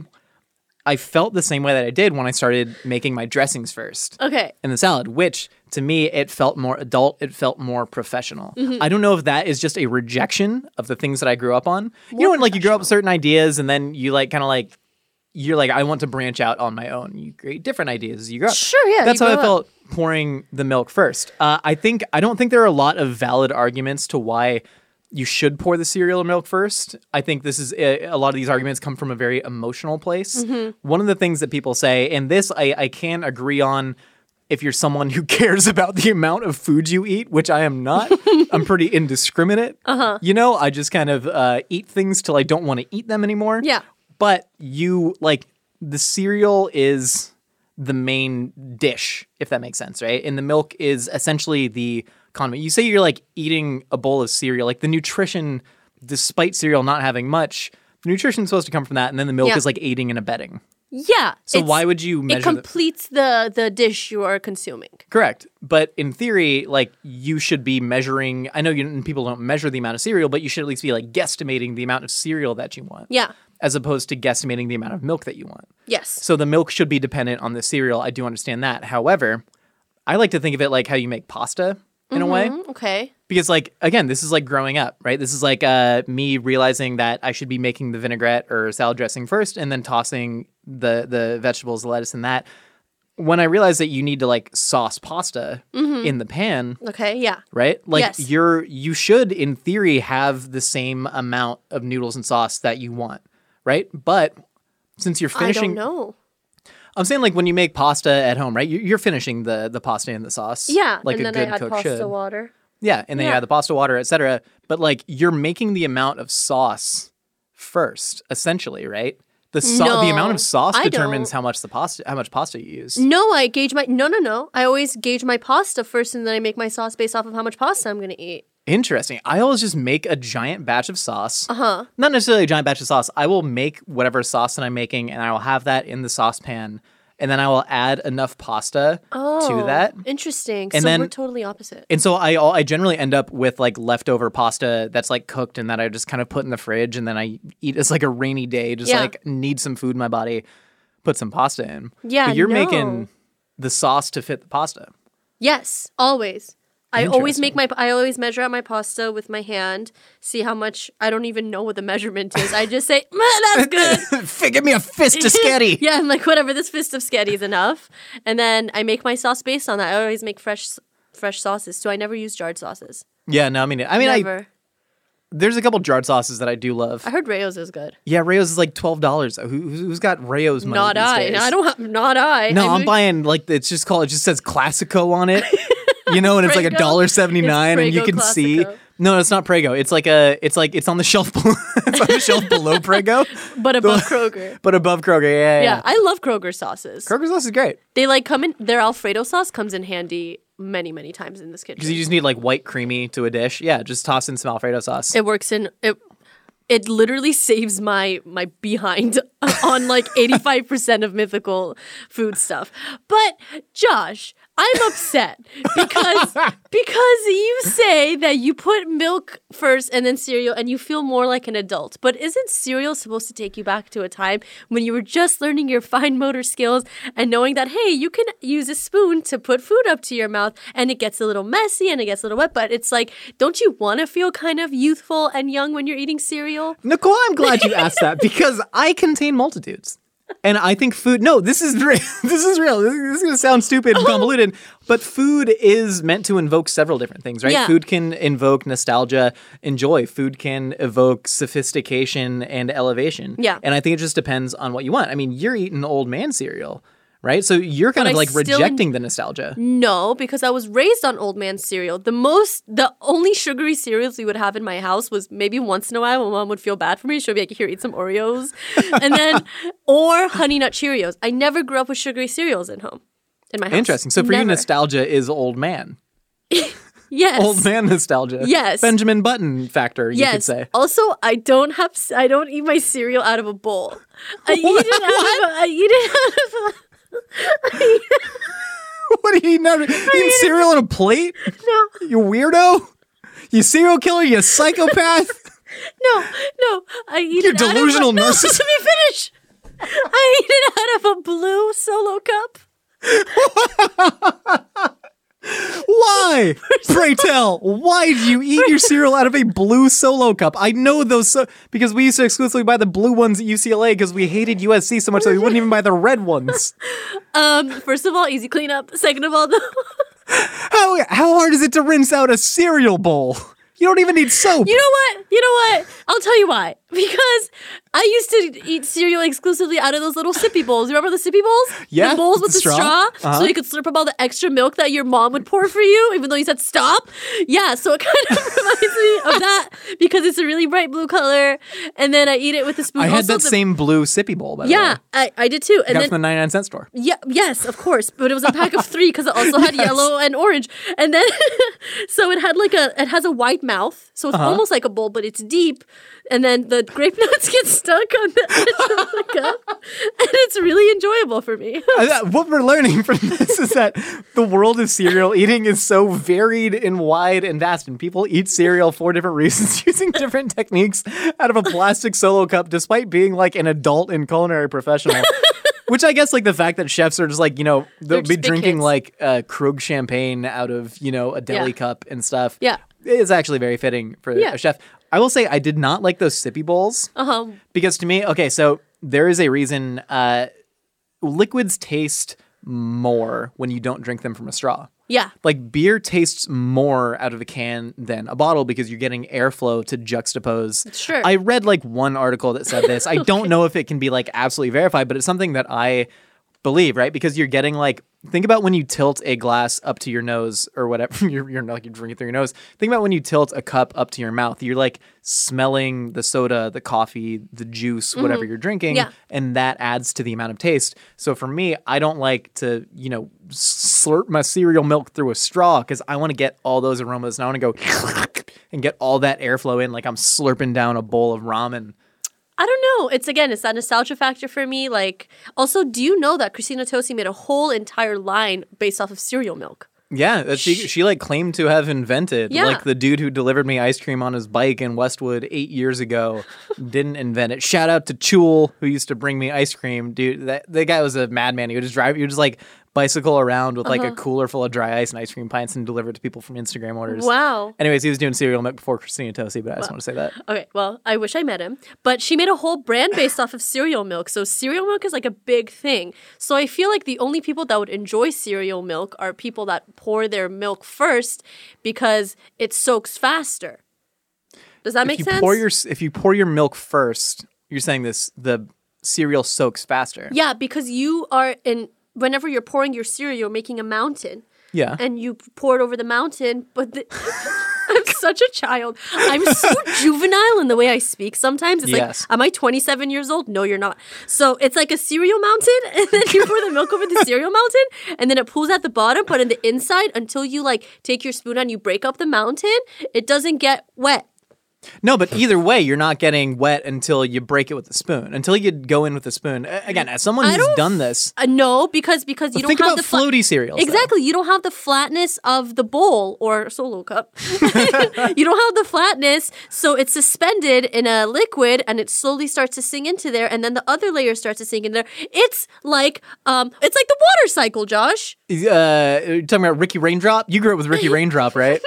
Speaker 3: I felt the same way that I did when I started making my dressings first
Speaker 2: Okay.
Speaker 3: and the salad, which to me it felt more adult, it felt more professional.
Speaker 4: Mm-hmm.
Speaker 3: I don't know if that is just a rejection of the things that I grew up on. you know, when like you grow up with certain ideas and then you like kind of like you're like I want to branch out on my own. You create different ideas as you grow up.
Speaker 4: Sure, yeah,
Speaker 3: That's
Speaker 4: you
Speaker 3: how I
Speaker 4: grow up.
Speaker 3: felt pouring the milk first. Uh, I think I don't think there are a lot of valid arguments to why you should pour the cereal or milk first. I think this is eh, a, a lot of these arguments come from a very emotional place. One of the things that people say, and this I, I can agree on. If you're someone who cares about the amount of food you eat, which I am not, I'm pretty indiscriminate. Uh-huh. You know, I just kind of uh, eat things till I don't want to eat them anymore
Speaker 2: Yeah.
Speaker 3: but you like the cereal is the main dish if that makes sense right and the milk is essentially the condiment you say you're like eating a bowl of cereal like the nutrition despite cereal not having much the nutrition is supposed to come from that and then the milk
Speaker 2: Yeah.
Speaker 3: is like aiding and abetting
Speaker 2: Yeah.
Speaker 3: so
Speaker 2: it's-
Speaker 3: why would you measure
Speaker 2: it
Speaker 3: the-
Speaker 2: completes the the dish you are consuming.
Speaker 3: Correct. But in theory, like you should be measuring. I know you, people don't measure the amount of cereal, but you should at least be like guesstimating the amount of cereal that you want.
Speaker 2: Yeah.
Speaker 3: As opposed to guesstimating the amount of milk that you want.
Speaker 2: Yes.
Speaker 3: So the milk should be dependent on the cereal. I do understand that. However, I like to think of it like how you make pasta in a way
Speaker 2: Mm-hmm. Okay.
Speaker 3: because like again this is like growing up right this is like uh me realizing that i should be making the vinaigrette or salad dressing first and then tossing the the vegetables the lettuce and that when i realized that you need to like sauce pasta in the pan
Speaker 2: Okay. Yeah.
Speaker 3: right like
Speaker 2: Mm-hmm. Yes.
Speaker 3: you're you should in theory have the same amount of noodles and sauce that you want right but since you're
Speaker 2: I don't
Speaker 3: finishing
Speaker 2: know.
Speaker 3: i'm saying like when you make pasta at home right you- you're finishing the the pasta and the sauce
Speaker 2: Yeah.
Speaker 3: like
Speaker 2: and
Speaker 3: a
Speaker 2: then
Speaker 3: good
Speaker 2: I add
Speaker 3: cook
Speaker 2: pasta
Speaker 3: should
Speaker 2: water.
Speaker 3: yeah, and then you
Speaker 2: Yeah.
Speaker 3: add the pasta water, etc. But like you're making the amount of sauce first, essentially, right? The sau- the amount
Speaker 2: No,
Speaker 3: of sauce
Speaker 2: I
Speaker 3: determines
Speaker 2: don't.
Speaker 3: how much the pasta how much pasta you use.
Speaker 2: No, I gauge my no no no. I always gauge my pasta first, and then I make my sauce based off of how much pasta I'm gonna eat.
Speaker 3: Interesting. I always just make a giant batch of sauce. Uh-huh. Not necessarily a giant batch of sauce. I will make whatever sauce that I'm making and I will have that in the saucepan and then I will add enough pasta
Speaker 2: Oh.
Speaker 3: to that.
Speaker 2: Interesting.
Speaker 3: And
Speaker 2: so we're
Speaker 3: then-
Speaker 2: totally opposite.
Speaker 3: And so I I generally end up with like leftover pasta that's like cooked and that I just kind of put in the fridge and then I eat it's like a rainy day, just
Speaker 2: Yeah.
Speaker 3: like need some food in my body, put some pasta in.
Speaker 2: Yeah,
Speaker 3: But you're
Speaker 2: no.
Speaker 3: making the sauce to fit the pasta.
Speaker 2: Yes, always. I always
Speaker 3: Interesting.
Speaker 2: make my I always measure out my pasta with my hand, see how much I don't even know what the measurement is. I just say, "Mm, that's good.
Speaker 3: Fi- Give me a fist of sketty.
Speaker 2: yeah, I'm like, whatever, this fist of sketty is enough. And then I make my sauce based on that. I always make fresh fresh sauces, so I never use jarred sauces.
Speaker 3: Yeah, no, I mean I mean I,
Speaker 2: Never.
Speaker 3: there's a couple jarred sauces that I do love.
Speaker 2: I, heard Rayo's is good.
Speaker 3: Yeah, Rayo's is like twelve dollars. Who, who's who's got Rayo's money?
Speaker 2: Not
Speaker 3: these
Speaker 2: I.
Speaker 3: days?
Speaker 2: No, I don't have not I.
Speaker 3: No,
Speaker 2: I
Speaker 3: I'm
Speaker 2: mean,
Speaker 3: buying like it's just called. It just says Classico on it, you know, and it's like a
Speaker 2: Prego?
Speaker 3: dollar seventy nine, and
Speaker 2: Prego
Speaker 3: you can see.
Speaker 2: Classico.
Speaker 3: No, it's not Prego. It's like a. It's like it's on the shelf. below it's on the shelf below Prego,
Speaker 2: but above Kroger.
Speaker 3: but above Kroger. Yeah, yeah.
Speaker 2: Yeah,
Speaker 3: yeah.
Speaker 2: I love Kroger sauces.
Speaker 3: Kroger sauce is great
Speaker 2: they like come in their Alfredo sauce comes in handy many, many times in this kitchen.
Speaker 3: because you just need like white creamy to a dish. Yeah, just toss in some Alfredo sauce.
Speaker 2: it works in it it literally saves my my behind on like 85% of mythical food stuff but josh I'm upset because because you say that you put milk first and then cereal and you feel more like an adult. But isn't cereal supposed to take you back to a time when you were just learning your fine motor skills and knowing that hey, you can use a spoon to put food up to your mouth and it gets a little messy and it gets a little wet, but it's like don't you want to feel kind of youthful and young when you're eating cereal?
Speaker 3: Nicole, I'm glad you asked that because I contain multitudes. And I think food. No, this is re- this is real. This is gonna sound stupid
Speaker 2: Oh.
Speaker 3: and convoluted, but food is meant to invoke several different things, right?
Speaker 2: Yeah.
Speaker 3: Food can invoke nostalgia and joy. Food can evoke sophistication and elevation.
Speaker 2: Yeah.
Speaker 3: and I think it just depends on what you want. I mean, you're eating old man cereal, right? So you're kind
Speaker 2: But
Speaker 3: of
Speaker 2: I
Speaker 3: like
Speaker 2: still en-
Speaker 3: rejecting the nostalgia.
Speaker 2: No, because I was raised on old man cereal. The most, the only sugary cereals we would have in my house was maybe once in a while my mom would feel bad for me. She'd be like, here, eat some Oreos. And then, or Honey Nut Cheerios. I never grew up with sugary cereals at home, in my house.
Speaker 3: Interesting. So for you,
Speaker 2: Never.
Speaker 3: nostalgia is old man,
Speaker 2: Yes.
Speaker 3: old man nostalgia.
Speaker 2: Yes.
Speaker 3: Benjamin Button factor. You
Speaker 2: Yes.
Speaker 3: could say.
Speaker 2: Also, I don't have. c- I don't eat my cereal out of a bowl. I eat it out of. A, I eat it out of. A,
Speaker 3: What are you eating? out of- you eating cereal on a plate?
Speaker 2: no.
Speaker 3: You weirdo! You serial killer! You psychopath!
Speaker 2: No, no. I eat
Speaker 3: You
Speaker 2: it out of a-
Speaker 3: delusional
Speaker 2: No,
Speaker 3: narciss-
Speaker 2: Let me finish. I eat it out of a blue solo cup.
Speaker 3: Why? Pray tell! Why do you eat your cereal out of a blue solo cup? I know those so- because we used to exclusively buy the blue ones at UCLA because we hated USC so much that we wouldn't even buy the red ones.
Speaker 2: Um, first of all, easy cleanup. Second of all, though,
Speaker 3: How how hard is it to rinse out a cereal bowl? You don't even need soap.
Speaker 2: you know what? You know what? I'll tell you why. Because I used to eat cereal exclusively out of those little sippy bowls. Remember the sippy bowls?
Speaker 3: Yeah,
Speaker 2: The bowls
Speaker 3: with
Speaker 2: with
Speaker 3: the
Speaker 2: the,
Speaker 3: straw.
Speaker 2: straw,
Speaker 3: Uh-huh.
Speaker 2: so you could slurp up all the extra milk that your mom would pour for you, even though you said stop. Yeah, so it kind of reminds me of that because it's a really bright blue color, and then I eat it with a spoon.
Speaker 3: I had
Speaker 2: Also,
Speaker 3: that
Speaker 2: the-
Speaker 3: same blue sippy bowl. By
Speaker 2: Yeah,
Speaker 3: the way.
Speaker 2: I, I did too. And
Speaker 3: Got
Speaker 2: then
Speaker 3: from the 99 cent store.
Speaker 2: Yeah, yes, of course, but it was a pack of three because it also had yellow and orange, and then so it had like a it has a wide mouth, so it's almost like a bowl, but it's deep, and then the grape nuts get stuck on the edge of the cup, and it's really enjoyable for me.
Speaker 3: I- I- what we're learning from this is that the world of cereal eating is so varied and wide and vast, and people eat cereal for different reasons using different techniques out of a plastic solo cup, despite being like an adult and culinary professional. Which I guess, like the fact that chefs are just like you know they'll
Speaker 2: They're just
Speaker 3: be
Speaker 2: big
Speaker 3: drinking
Speaker 2: kids.
Speaker 3: like uh, Krug champagne out of you know a deli
Speaker 2: Yeah.
Speaker 3: cup and stuff.
Speaker 2: Yeah.
Speaker 3: it's actually very fitting for
Speaker 2: Yeah.
Speaker 3: a chef. I will say I did not like those sippy bowls
Speaker 2: Um,
Speaker 3: because to me, okay, so there is a reason uh, liquids taste more when you don't drink them from a straw.
Speaker 2: yeah,
Speaker 3: Like beer tastes more out of a can than a bottle because you're getting airflow to juxtapose.
Speaker 2: Sure.
Speaker 3: I read like one article that said this. I don't know if it can be like absolutely verified, but it's something that I believe, right? Because you're getting like think about when you tilt a glass up to your nose or whatever you're you're not like you're drinking through your nose. Think about when you tilt a cup up to your mouth. You're like smelling the soda, the coffee, the juice, whatever you're drinking
Speaker 2: Mm-hmm. Yeah.
Speaker 3: and that adds to the amount of taste. So for me, I don't like to, you know, slurp my cereal milk through a straw because I want to get all those aromas and I want to go and get all that airflow in like I'm slurping down a bowl of ramen.
Speaker 2: I don't know. It's again, it's that nostalgia factor for me. Like, also, do you know that Christina Tosi made a whole entire line based off of cereal milk?
Speaker 3: Yeah, that she, she like claimed to have invented.
Speaker 2: Yeah.
Speaker 3: Like the dude who delivered me ice cream on his bike in Westwood eight years ago didn't invent it. Shout out to Chul who used to bring me ice cream. Dude, that the guy was a madman. He would just drive, he would just like bicycle around with
Speaker 2: Uh-huh.
Speaker 3: like a cooler full of dry ice and ice cream pints and deliver it to people from Instagram orders.
Speaker 2: Wow.
Speaker 3: Anyways, he was doing cereal milk before Christina Tosi, but I just want to say that.
Speaker 2: Okay, well, I wish I met him, but she made a whole brand based off of cereal milk. So cereal milk is like a big thing. So I feel like the only people that would enjoy cereal milk are people that pour their milk first because it soaks faster. Does that make
Speaker 3: if you
Speaker 2: sense?
Speaker 3: pour your if you pour your milk first, you're saying this the cereal soaks faster.
Speaker 2: yeah, because you are in whenever you're pouring your cereal, you're making a mountain.
Speaker 3: Yeah.
Speaker 2: And you pour it over the mountain, but the, I'm such a child. I'm so juvenile in the way I speak sometimes. It's
Speaker 3: Yes.
Speaker 2: like, am I 27 years old? No, you're not. So it's like a cereal mountain, and then you pour the milk over the cereal mountain, and then it pools at the bottom, but in the inside, until you like take your spoon and you break up the mountain, it doesn't get wet.
Speaker 3: No, but either way, you're not getting wet until you break it with a spoon. Until you go in with a spoon. A- Again, as someone
Speaker 2: I
Speaker 3: who's
Speaker 2: don't
Speaker 3: done this,
Speaker 2: Uh, no, because because you don't
Speaker 3: think
Speaker 2: have
Speaker 3: about
Speaker 2: the fla-
Speaker 3: floaty cereals. though.
Speaker 2: Exactly. You don't have the flatness of the bowl or solo cup. you don't have the flatness, so it's suspended in a liquid and it slowly starts to sink into there and then the other layer starts to sink in there. It's like um it's like the water cycle, Josh.
Speaker 3: Uh, you're talking about Ricky Raindrop. You grew up with Ricky Raindrop, right?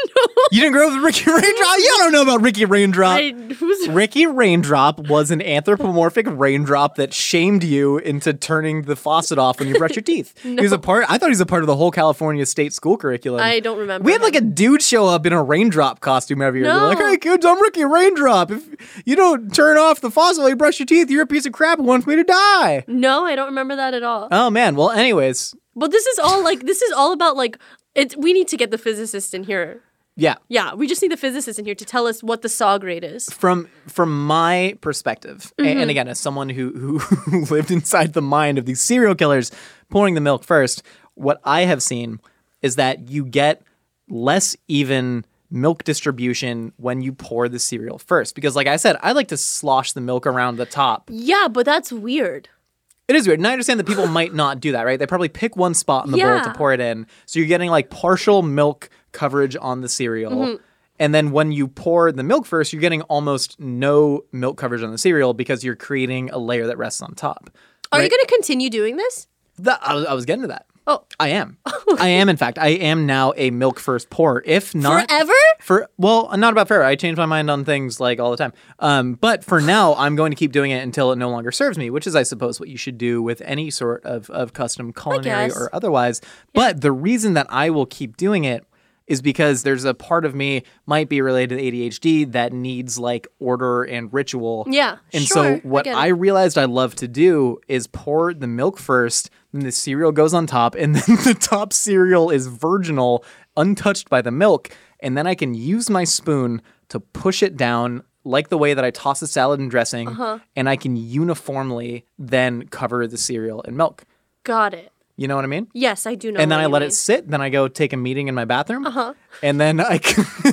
Speaker 3: You didn't grow up with Ricky Raindrop. You don't know about Ricky Raindrop.
Speaker 2: I, who's
Speaker 3: Ricky Raindrop was an anthropomorphic raindrop that shamed you into turning the faucet off when you brush your teeth. He was a part. I thought he was a part of the whole California state school curriculum.
Speaker 2: I don't remember
Speaker 3: We had like a
Speaker 2: him.
Speaker 3: dude show up in a raindrop costume every year. They're like,
Speaker 2: No.
Speaker 3: "Hey kids, I'm Ricky Raindrop. If you don't turn off the faucet while you brush your teeth, you're a piece of crap who wants me to die."
Speaker 2: No, I don't remember that at all.
Speaker 3: Oh man. Well, anyways,
Speaker 2: But this is all like this is all about like it we need to get the physicist in here.
Speaker 3: yeah.
Speaker 2: Yeah, we just need the physicist in here to tell us what the saw grade is.
Speaker 3: from from my perspective a- and again as someone who who lived inside the mind of these serial killers pouring the milk first what i have seen is that you get less even milk distribution when you pour the cereal first because like i said i like to slosh the milk around the top
Speaker 2: Yeah, but that's weird.
Speaker 3: it is weird and i understand that people might not do that right they probably pick one spot in the bowl
Speaker 2: Yeah.
Speaker 3: to pour it in so you're getting like partial milk coverage on the cereal
Speaker 2: Mm-hmm.
Speaker 3: and then when you pour the milk first you're getting almost no milk coverage on the cereal because you're creating a layer that rests on top
Speaker 2: Are you
Speaker 3: Right.
Speaker 2: going to continue doing this?
Speaker 3: That- I, was, I was getting to that
Speaker 2: Oh.
Speaker 3: i am i am in fact i am now a milk first pour if not
Speaker 2: Forever?
Speaker 3: for well not about forever i change my mind on things like all the time um, but for now i'm going to keep doing it until it no longer serves me which is i suppose what you should do with any sort of, of custom culinary
Speaker 2: guess.
Speaker 3: or otherwise but the reason that i will keep doing it is because there's a part of me might be related to adhd that needs like order and ritual
Speaker 2: Yeah,
Speaker 3: and
Speaker 2: sure, I
Speaker 3: so what
Speaker 2: get it.
Speaker 3: I, realized I love to do is pour the milk first, then the cereal goes on top, and then the top cereal is virginal, untouched by the milk, and then I can use my spoon to push it down like the way that I toss a salad and dressing,
Speaker 2: Uh-huh.
Speaker 3: and I can uniformly then cover the cereal in milk.
Speaker 2: Got it.
Speaker 3: You know what I mean?
Speaker 2: Yes, I do know.
Speaker 3: and then
Speaker 2: what
Speaker 3: I
Speaker 2: you
Speaker 3: let
Speaker 2: mean. Uh-huh.
Speaker 3: it sit. Then I go take a meeting in my bathroom, and then I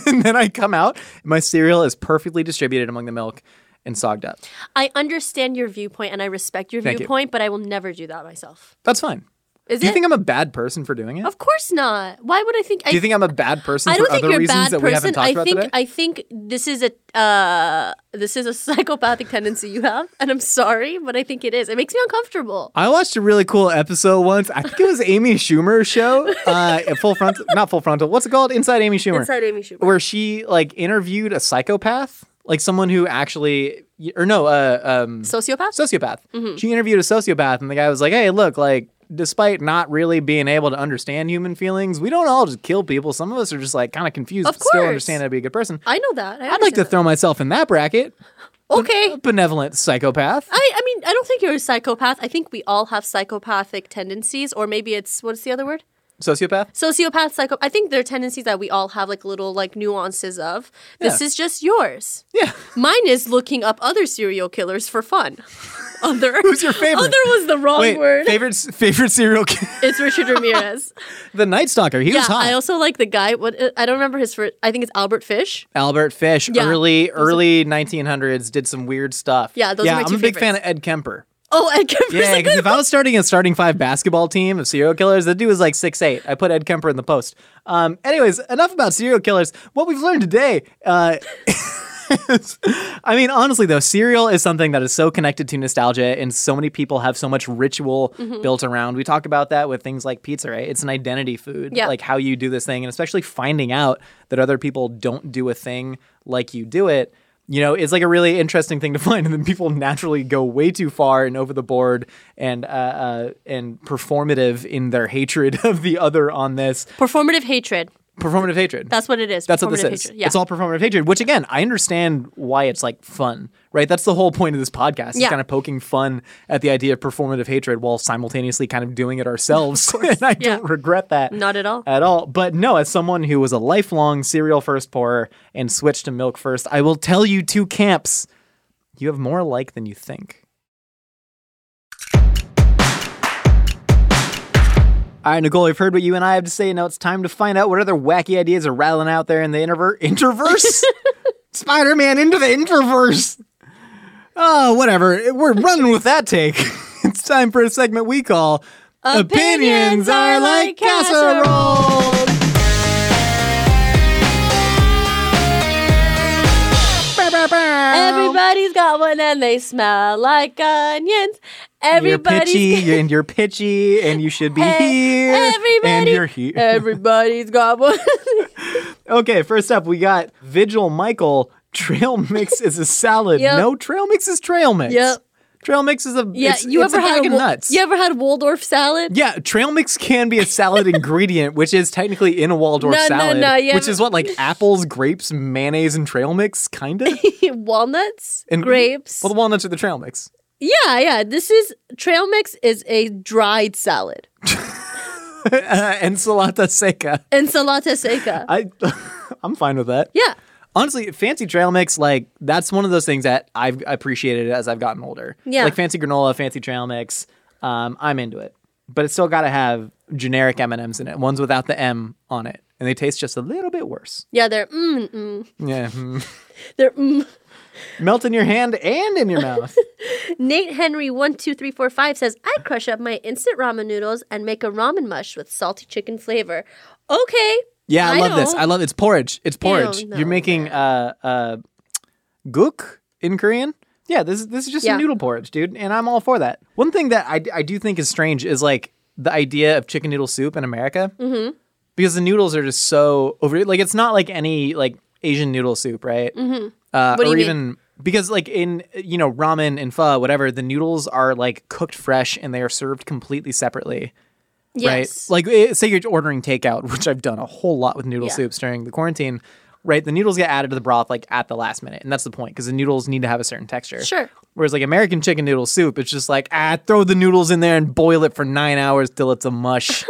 Speaker 3: and then I come out. My cereal is perfectly distributed among the milk and sogged up.
Speaker 2: I understand your viewpoint and I respect your
Speaker 3: Thank you.
Speaker 2: viewpoint, but I will never do that myself.
Speaker 3: That's fine.
Speaker 2: Is
Speaker 3: Do you
Speaker 2: it?
Speaker 3: think I'm a bad person for doing it?
Speaker 2: of course not. Why would I think? I,
Speaker 3: Do you think I'm a bad person
Speaker 2: I
Speaker 3: for
Speaker 2: don't think
Speaker 3: other
Speaker 2: you're a
Speaker 3: reasons
Speaker 2: bad
Speaker 3: that we haven't
Speaker 2: person.
Speaker 3: talked
Speaker 2: I
Speaker 3: about
Speaker 2: think
Speaker 3: today?
Speaker 2: I think this is a uh, this is a psychopathic tendency you have, and I'm sorry, but I think it is. It makes me uncomfortable.
Speaker 3: I watched a really cool episode once. I think it was Amy Schumer's show. Uh, at full frontal, not full frontal. What's it called? Inside Amy Schumer.
Speaker 2: Inside Amy Schumer.
Speaker 3: Where she like interviewed a psychopath, like someone who actually, or no, uh, um,
Speaker 2: Sociopath.
Speaker 3: sociopath.
Speaker 2: Mm-hmm.
Speaker 3: She interviewed a sociopath, and the guy was like, "Hey, look, like." Despite not really being able to understand human feelings, we don't all just kill people. Some of us are just like kind of confused,
Speaker 2: Of
Speaker 3: but still
Speaker 2: course.
Speaker 3: understand how to be a good person.
Speaker 2: I know that. I
Speaker 3: I'd like to
Speaker 2: understand
Speaker 3: throw myself in that bracket.
Speaker 2: that. okay. Uh,
Speaker 3: benevolent psychopath.
Speaker 2: I, I mean, I don't think you're a psychopath. I think we all have psychopathic tendencies, or maybe it's what's the other word?
Speaker 3: Sociopath?
Speaker 2: sociopath psycho i think there are tendencies that we all have like little like nuances of this
Speaker 3: Yeah.
Speaker 2: is just yours
Speaker 3: Yeah.
Speaker 2: mine is looking up other serial killers for fun other
Speaker 3: Who's your favorite?
Speaker 2: other was the wrong
Speaker 3: Wait,
Speaker 2: word
Speaker 3: favorite favorite serial killer?
Speaker 2: it's richard ramirez
Speaker 3: the Night Stalker. He
Speaker 2: yeah
Speaker 3: was hot.
Speaker 2: i also like the guy what uh, i don't remember his first i think it's albert fish
Speaker 3: Albert Fish,
Speaker 2: Yeah.
Speaker 3: early early 1900s, did some weird stuff.
Speaker 2: Yeah, those are my
Speaker 3: I'm
Speaker 2: two
Speaker 3: a big fan of
Speaker 2: favorites.
Speaker 3: Ed Kemper.
Speaker 2: oh and
Speaker 3: Yeah, because if I was starting a starting five basketball team of serial killers, the dude was like six eight. I put Ed Kemper in the post. Um, anyways, enough about serial killers. What we've learned today. Uh, is- I mean, honestly, though, cereal is something that is so connected to nostalgia, and so many people have so much ritual built around. We talk about that with things like pizza, right? It's an identity food,
Speaker 2: Yeah.
Speaker 3: like how you do this thing, and especially finding out that other people don't do a thing like you do it. You know, is like a really interesting thing to find, and then people naturally go way too far and over the board and uh, uh, and performative in their hatred of the other on this
Speaker 2: performative hatred
Speaker 3: performative hatred.
Speaker 2: that's what it is
Speaker 3: That's what this
Speaker 2: performative
Speaker 3: is.
Speaker 2: hatred. yeah
Speaker 3: It's all performative hatred, which again, I understand why it's like fun, right? That's the whole point of this podcast. It's
Speaker 2: Yeah.
Speaker 3: kind of poking fun at the idea of performative hatred while simultaneously kind of doing it ourselves. and I
Speaker 2: Yeah.
Speaker 3: don't regret that.
Speaker 2: Not at all.
Speaker 3: At all. But no, as someone who was a lifelong cereal first pourer and switched to milk first, I will tell you two camps. You have more alike than you think. All right, Nicole, you've heard what you and I have to say. Now it's time to find out what other wacky ideas are rattling out there in the interver- interverse. Spider Man into the introverse. Oh, whatever. We're running with that take. It's time for a segment we call
Speaker 2: Opinions Are Like Casserole. Everybody's got one and they smell like onions.
Speaker 3: You're
Speaker 2: Everybody's
Speaker 3: pitchy and you're pitchy and you should be here.
Speaker 2: Everybody, Uh,
Speaker 3: And you're here.
Speaker 2: everybody's got one.
Speaker 3: Okay, first up, we got Vigil Michael. Trail mix is a salad.
Speaker 2: Yep.
Speaker 3: No, trail mix is trail mix.
Speaker 2: Yep.
Speaker 3: Trail mix is a
Speaker 2: yeah,
Speaker 3: it's,
Speaker 2: you
Speaker 3: it's
Speaker 2: ever
Speaker 3: a
Speaker 2: had
Speaker 3: bag
Speaker 2: a
Speaker 3: of
Speaker 2: Wa-
Speaker 3: nuts.
Speaker 2: You ever had Waldorf salad?
Speaker 3: Yeah, trail mix can be a salad ingredient, which is technically in a Waldorf
Speaker 2: No, no,
Speaker 3: salad,
Speaker 2: no, you
Speaker 3: which
Speaker 2: haven't-
Speaker 3: is what like apples, grapes, mayonnaise, and trail mix, kind of.
Speaker 2: Walnuts,
Speaker 3: And-
Speaker 2: grapes.
Speaker 3: Well, the walnuts are the trail mix.
Speaker 2: yeah, yeah. This is trail mix is a dried salad.
Speaker 3: Uh, ensalada seca.
Speaker 2: Ensalada seca.
Speaker 3: I, I'm fine with that.
Speaker 2: yeah.
Speaker 3: Honestly, fancy trail mix, like that's one of those things that I've appreciated as I've gotten older.
Speaker 2: Yeah.
Speaker 3: like fancy granola, fancy trail mix. Um, I'm into it, but it's still got to have generic M and M's in it, ones without the M on it, and they taste just a little bit worse.
Speaker 2: Yeah, they're mm, mm.
Speaker 3: Yeah, mm.
Speaker 2: They're mm.
Speaker 3: melt in your hand and in your mouth.
Speaker 2: Nate Henry one two three four five says I crush up my instant ramen noodles and make a ramen mush with salty chicken flavor. Okay.
Speaker 3: Yeah, I, love this.
Speaker 2: don't-
Speaker 3: I love it's porridge. It's porridge.
Speaker 2: no,
Speaker 3: You're making uh uh gook in Korean. Yeah, this is this is just
Speaker 2: Yeah.
Speaker 3: a noodle porridge, dude, and I'm all for that. One thing that I, I do think is strange is like the idea of chicken noodle soup in America, mm-hmm. because the noodles are just so over. Like it's not like any like Asian noodle soup, right? Mm-hmm. Uh,
Speaker 2: What do
Speaker 3: or
Speaker 2: you
Speaker 3: even because like in you know ramen and pho, whatever, the noodles are like cooked fresh and they are served completely separately
Speaker 2: yes.
Speaker 3: right? Like, eh, say you're ordering takeout, which I've done a whole lot with noodle
Speaker 2: Yeah.
Speaker 3: soups during the quarantine, right? The noodles get added to the broth like at the last minute, and that's the point because the noodles need to have a certain texture.
Speaker 2: Sure.
Speaker 3: Whereas like American chicken noodle soup, it's just like ah, throw the noodles in there and boil it for nine hours till it's a mush.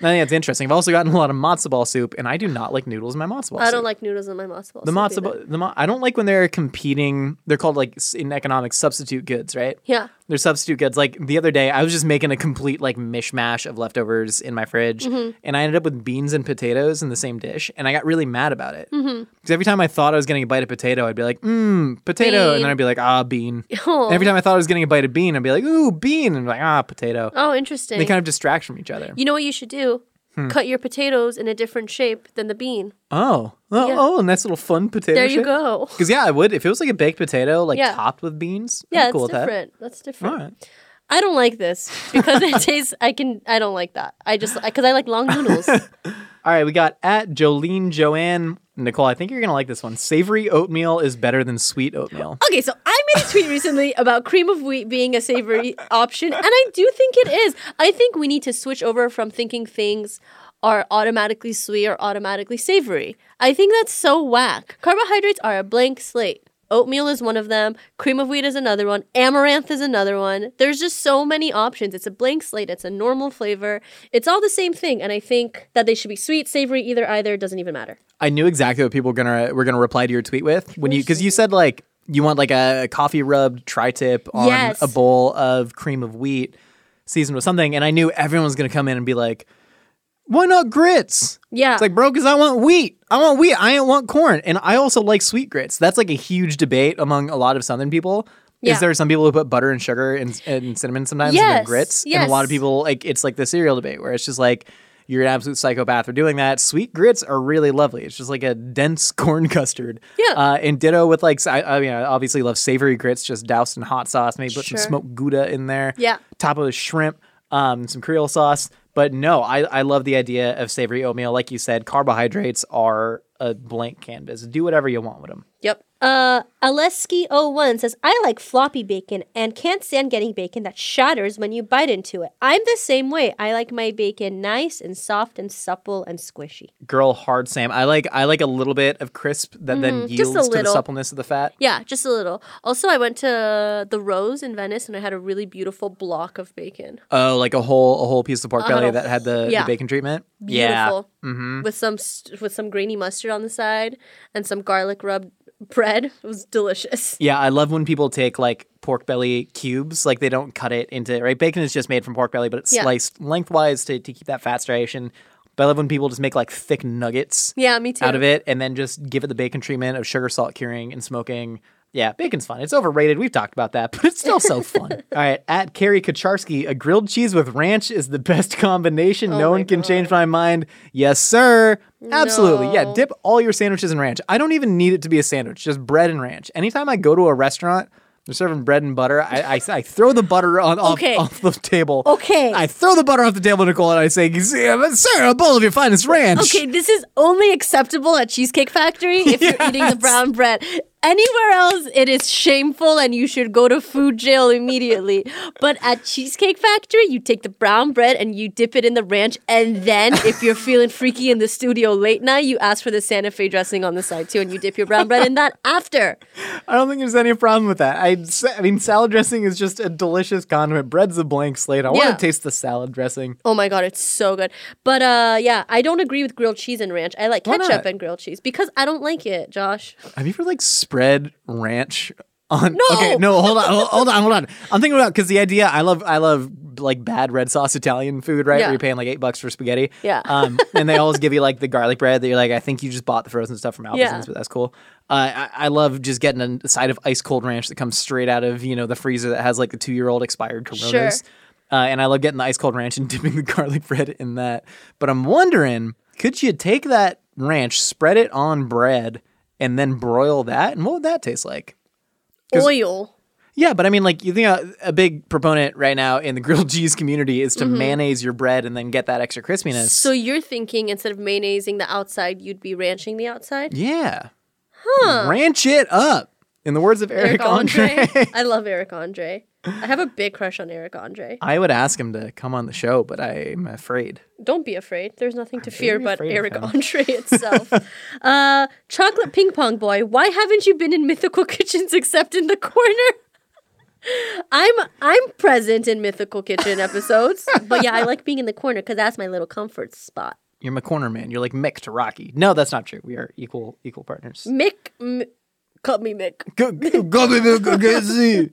Speaker 3: I think that's interesting. I've also gotten a lot of matzo ball soup, and I do not like noodles in my matzo ball.
Speaker 2: I
Speaker 3: soup.
Speaker 2: don't like noodles in my matzo ball.
Speaker 3: the
Speaker 2: soup
Speaker 3: matzo.
Speaker 2: either.
Speaker 3: ball- The ma- I don't like when they're competing. They're called like s- in economics substitute goods, right?
Speaker 2: Yeah.
Speaker 3: They're substitute goods. Like the other day, I was just making a complete like mishmash of leftovers in my fridge,
Speaker 2: Mm-hmm.
Speaker 3: and I ended up with beans and potatoes in the same dish, and I got really mad about it because
Speaker 2: Mm-hmm.
Speaker 3: every time I thought I was getting a bite of potato, I'd be like, mmm, potato, and
Speaker 2: Bean.
Speaker 3: then I'd be like, ah, bean.
Speaker 2: Oh.
Speaker 3: And every time I thought I was getting a bite of bean, I'd be like, ooh, bean, and like ah, potato.
Speaker 2: Oh, interesting.
Speaker 3: They Hmm. kind of distract from each other.
Speaker 2: You know what you should do? Cut your potatoes in a different shape than the bean.
Speaker 3: Oh, oh,
Speaker 2: Yeah.
Speaker 3: oh, a nice little fun potato.
Speaker 2: There you go.
Speaker 3: Because yeah, I would if it was like a baked potato, like
Speaker 2: Yeah.
Speaker 3: topped with beans. I'd be
Speaker 2: Yeah, that's
Speaker 3: cool with that.
Speaker 2: different. That's different.
Speaker 3: All right.
Speaker 2: I don't like this because it tastes. I can. I don't like that. I just because I like long noodles.
Speaker 3: All right, we got at Jolene Joanne Nicole. I think you're gonna like this one. Savory oatmeal is better than sweet oatmeal.
Speaker 2: okay, so I made a tweet recently about cream of wheat being a savory option, and I do think it is. I think we need to switch over from thinking things are automatically sweet or automatically savory. I think that's so whack. Carbohydrates are a blank slate. Oatmeal is one of them. Cream of wheat is another one. Amaranth is another one. There's just so many options. It's a blank slate. It's a normal flavor. It's all the same thing. And I think that they should be sweet, savory, either, either. It doesn't even matter.
Speaker 3: I knew exactly what people were gonna were gonna reply to your tweet with when you because you said like you want like a coffee rubbed tri tip on
Speaker 2: Yes.
Speaker 3: a bowl of cream of wheat seasoned with something, and I knew everyone was gonna come in and be like, "Why not grits?"
Speaker 2: Yeah.
Speaker 3: It's like, bro, because I want wheat. I want wheat. I don't want corn. And I also like sweet grits. That's like a huge debate among a lot of Southern people.
Speaker 2: Yeah.
Speaker 3: Is there some people who put butter and sugar and, and cinnamon sometimes in their
Speaker 2: Yes,
Speaker 3: grits? And a lot of
Speaker 2: yes.
Speaker 3: people, like, it's like the cereal debate where it's just like, you're an absolute psychopath for doing that. Sweet grits are really lovely. It's just like a dense corn custard.
Speaker 2: Yeah.
Speaker 3: Uh, and ditto with like, I, I mean, I obviously love savory grits, just doused in hot sauce, maybe put
Speaker 2: Sure.
Speaker 3: some smoked gouda in there.
Speaker 2: Yeah.
Speaker 3: Top of shrimp, um, some Creole sauce. But no, I, I love the idea of savory oatmeal. Like you said, carbohydrates are a blank canvas. Do whatever you want with them.
Speaker 2: Yep.
Speaker 4: Uh, Aleski01 says, I like floppy bacon and can't stand getting bacon that shatters when you bite into it.
Speaker 2: I'm the same way. I like my bacon nice and soft and supple and squishy.
Speaker 3: Girl, hard Sam. I like I like a little bit of crisp that then
Speaker 2: Mm-hmm. just a
Speaker 3: yields to the
Speaker 2: little.
Speaker 3: suppleness of the fat.
Speaker 2: Yeah, just a little. Also, I went to the Rose in Venice and I had a really beautiful block of bacon.
Speaker 3: Oh, like a whole a whole piece of pork belly
Speaker 2: a
Speaker 3: that had the,
Speaker 2: yeah.
Speaker 3: the bacon treatment.
Speaker 2: Beautiful. With some st- with some grainy mustard on the side and some garlic rubbed bread. It was delicious.
Speaker 3: Yeah, I love when people take like pork belly cubes, like they don't cut it into right. Bacon is just made from pork belly, but it's
Speaker 2: Yeah.
Speaker 3: sliced lengthwise to, to keep that fat striation. But I love when people just make like thick nuggets
Speaker 2: Yeah, me too.
Speaker 3: out of it and then just give it the bacon treatment of sugar, salt, curing, and smoking. Yeah, bacon's fun. It's overrated. We've talked about that, but it's still so fun. All right, at Carrie Kacharski, a grilled cheese with ranch is the best combination.
Speaker 2: Oh
Speaker 3: no one can change my mind. Yes, sir. Absolutely. Yeah,
Speaker 2: No.
Speaker 3: dip all your sandwiches in ranch. I don't even need it to be a sandwich, just bread and ranch. Anytime I go to a restaurant, they're serving bread and butter. I, I, I throw the butter on off,
Speaker 2: Okay.
Speaker 3: off the table.
Speaker 4: Okay.
Speaker 3: I throw the butter off the table, Nicole, and I say, "Sir, a bowl of your finest ranch."
Speaker 2: Okay, this is only acceptable at Cheesecake Factory if you're eating the brown bread. Anywhere else, it is shameful and you should go to food jail immediately. But at Cheesecake Factory, you take the brown bread and you dip it in the ranch. And then, if you're feeling freaky in the studio late night, you ask for the Santa Fe dressing on the side too, and you dip your brown bread in that after.
Speaker 3: I don't think there's any problem with that. I, I mean, salad dressing is just a delicious condiment. Bread's a blank slate. I
Speaker 2: Yeah.
Speaker 3: want to taste the salad dressing.
Speaker 2: Oh my god, it's so good. But uh, yeah, I don't agree with grilled cheese and ranch. I like
Speaker 3: Why not?
Speaker 2: ketchup and grilled cheese because I don't like it, Josh.
Speaker 3: Have you ever like spread ranch on?
Speaker 2: No!
Speaker 3: Okay, no, hold on, hol- hold on, hold on. I'm thinking about because the idea I love, I love like bad red sauce Italian food, right?
Speaker 2: Yeah.
Speaker 3: Where you're paying like eight bucks for spaghetti.
Speaker 2: Yeah.
Speaker 3: Um, and they always give you like the garlic bread that you're like, I think you just bought the frozen stuff from Albertsons,
Speaker 2: Yeah.
Speaker 3: but that's cool. Uh, I, I love just getting a side of ice cold ranch that comes straight out of you know the freezer that has like the two year old expired Coronas. Uh, and I love getting the ice cold ranch and dipping the garlic bread in that. But I'm wondering, could you take that ranch, spread it on bread, and then broil that? And what would that taste like? 'Cause-
Speaker 2: Oil.
Speaker 3: Yeah, but I mean, like, you think a, a big proponent right now in the grilled cheese community is to mayonnaise your bread and then get that extra crispiness.
Speaker 2: So you're thinking instead of mayonnaising the outside, you'd be ranching the outside?
Speaker 3: yeah. Ranch it up, in the words of Eric, Andre.
Speaker 2: I love Eric Andre. I have a big crush on Eric Andre.
Speaker 3: I would ask him to come on the show, but I'm afraid.
Speaker 2: Don't be afraid. There's nothing to fear
Speaker 3: very
Speaker 2: but
Speaker 3: afraid of
Speaker 2: Eric
Speaker 3: him.
Speaker 2: Andre itself. uh, chocolate ping pong boy, why haven't you been in mythical kitchens except in the corner? I'm I'm present in mythical kitchen episodes, but yeah, I like being in the corner because that's my little comfort spot.
Speaker 3: You're McCorner man. You're like Mick to Rocky. No, that's not true. We are equal equal partners.
Speaker 2: Mick, m- cut me, Mick.
Speaker 3: Go- go- go- go- go- go- see.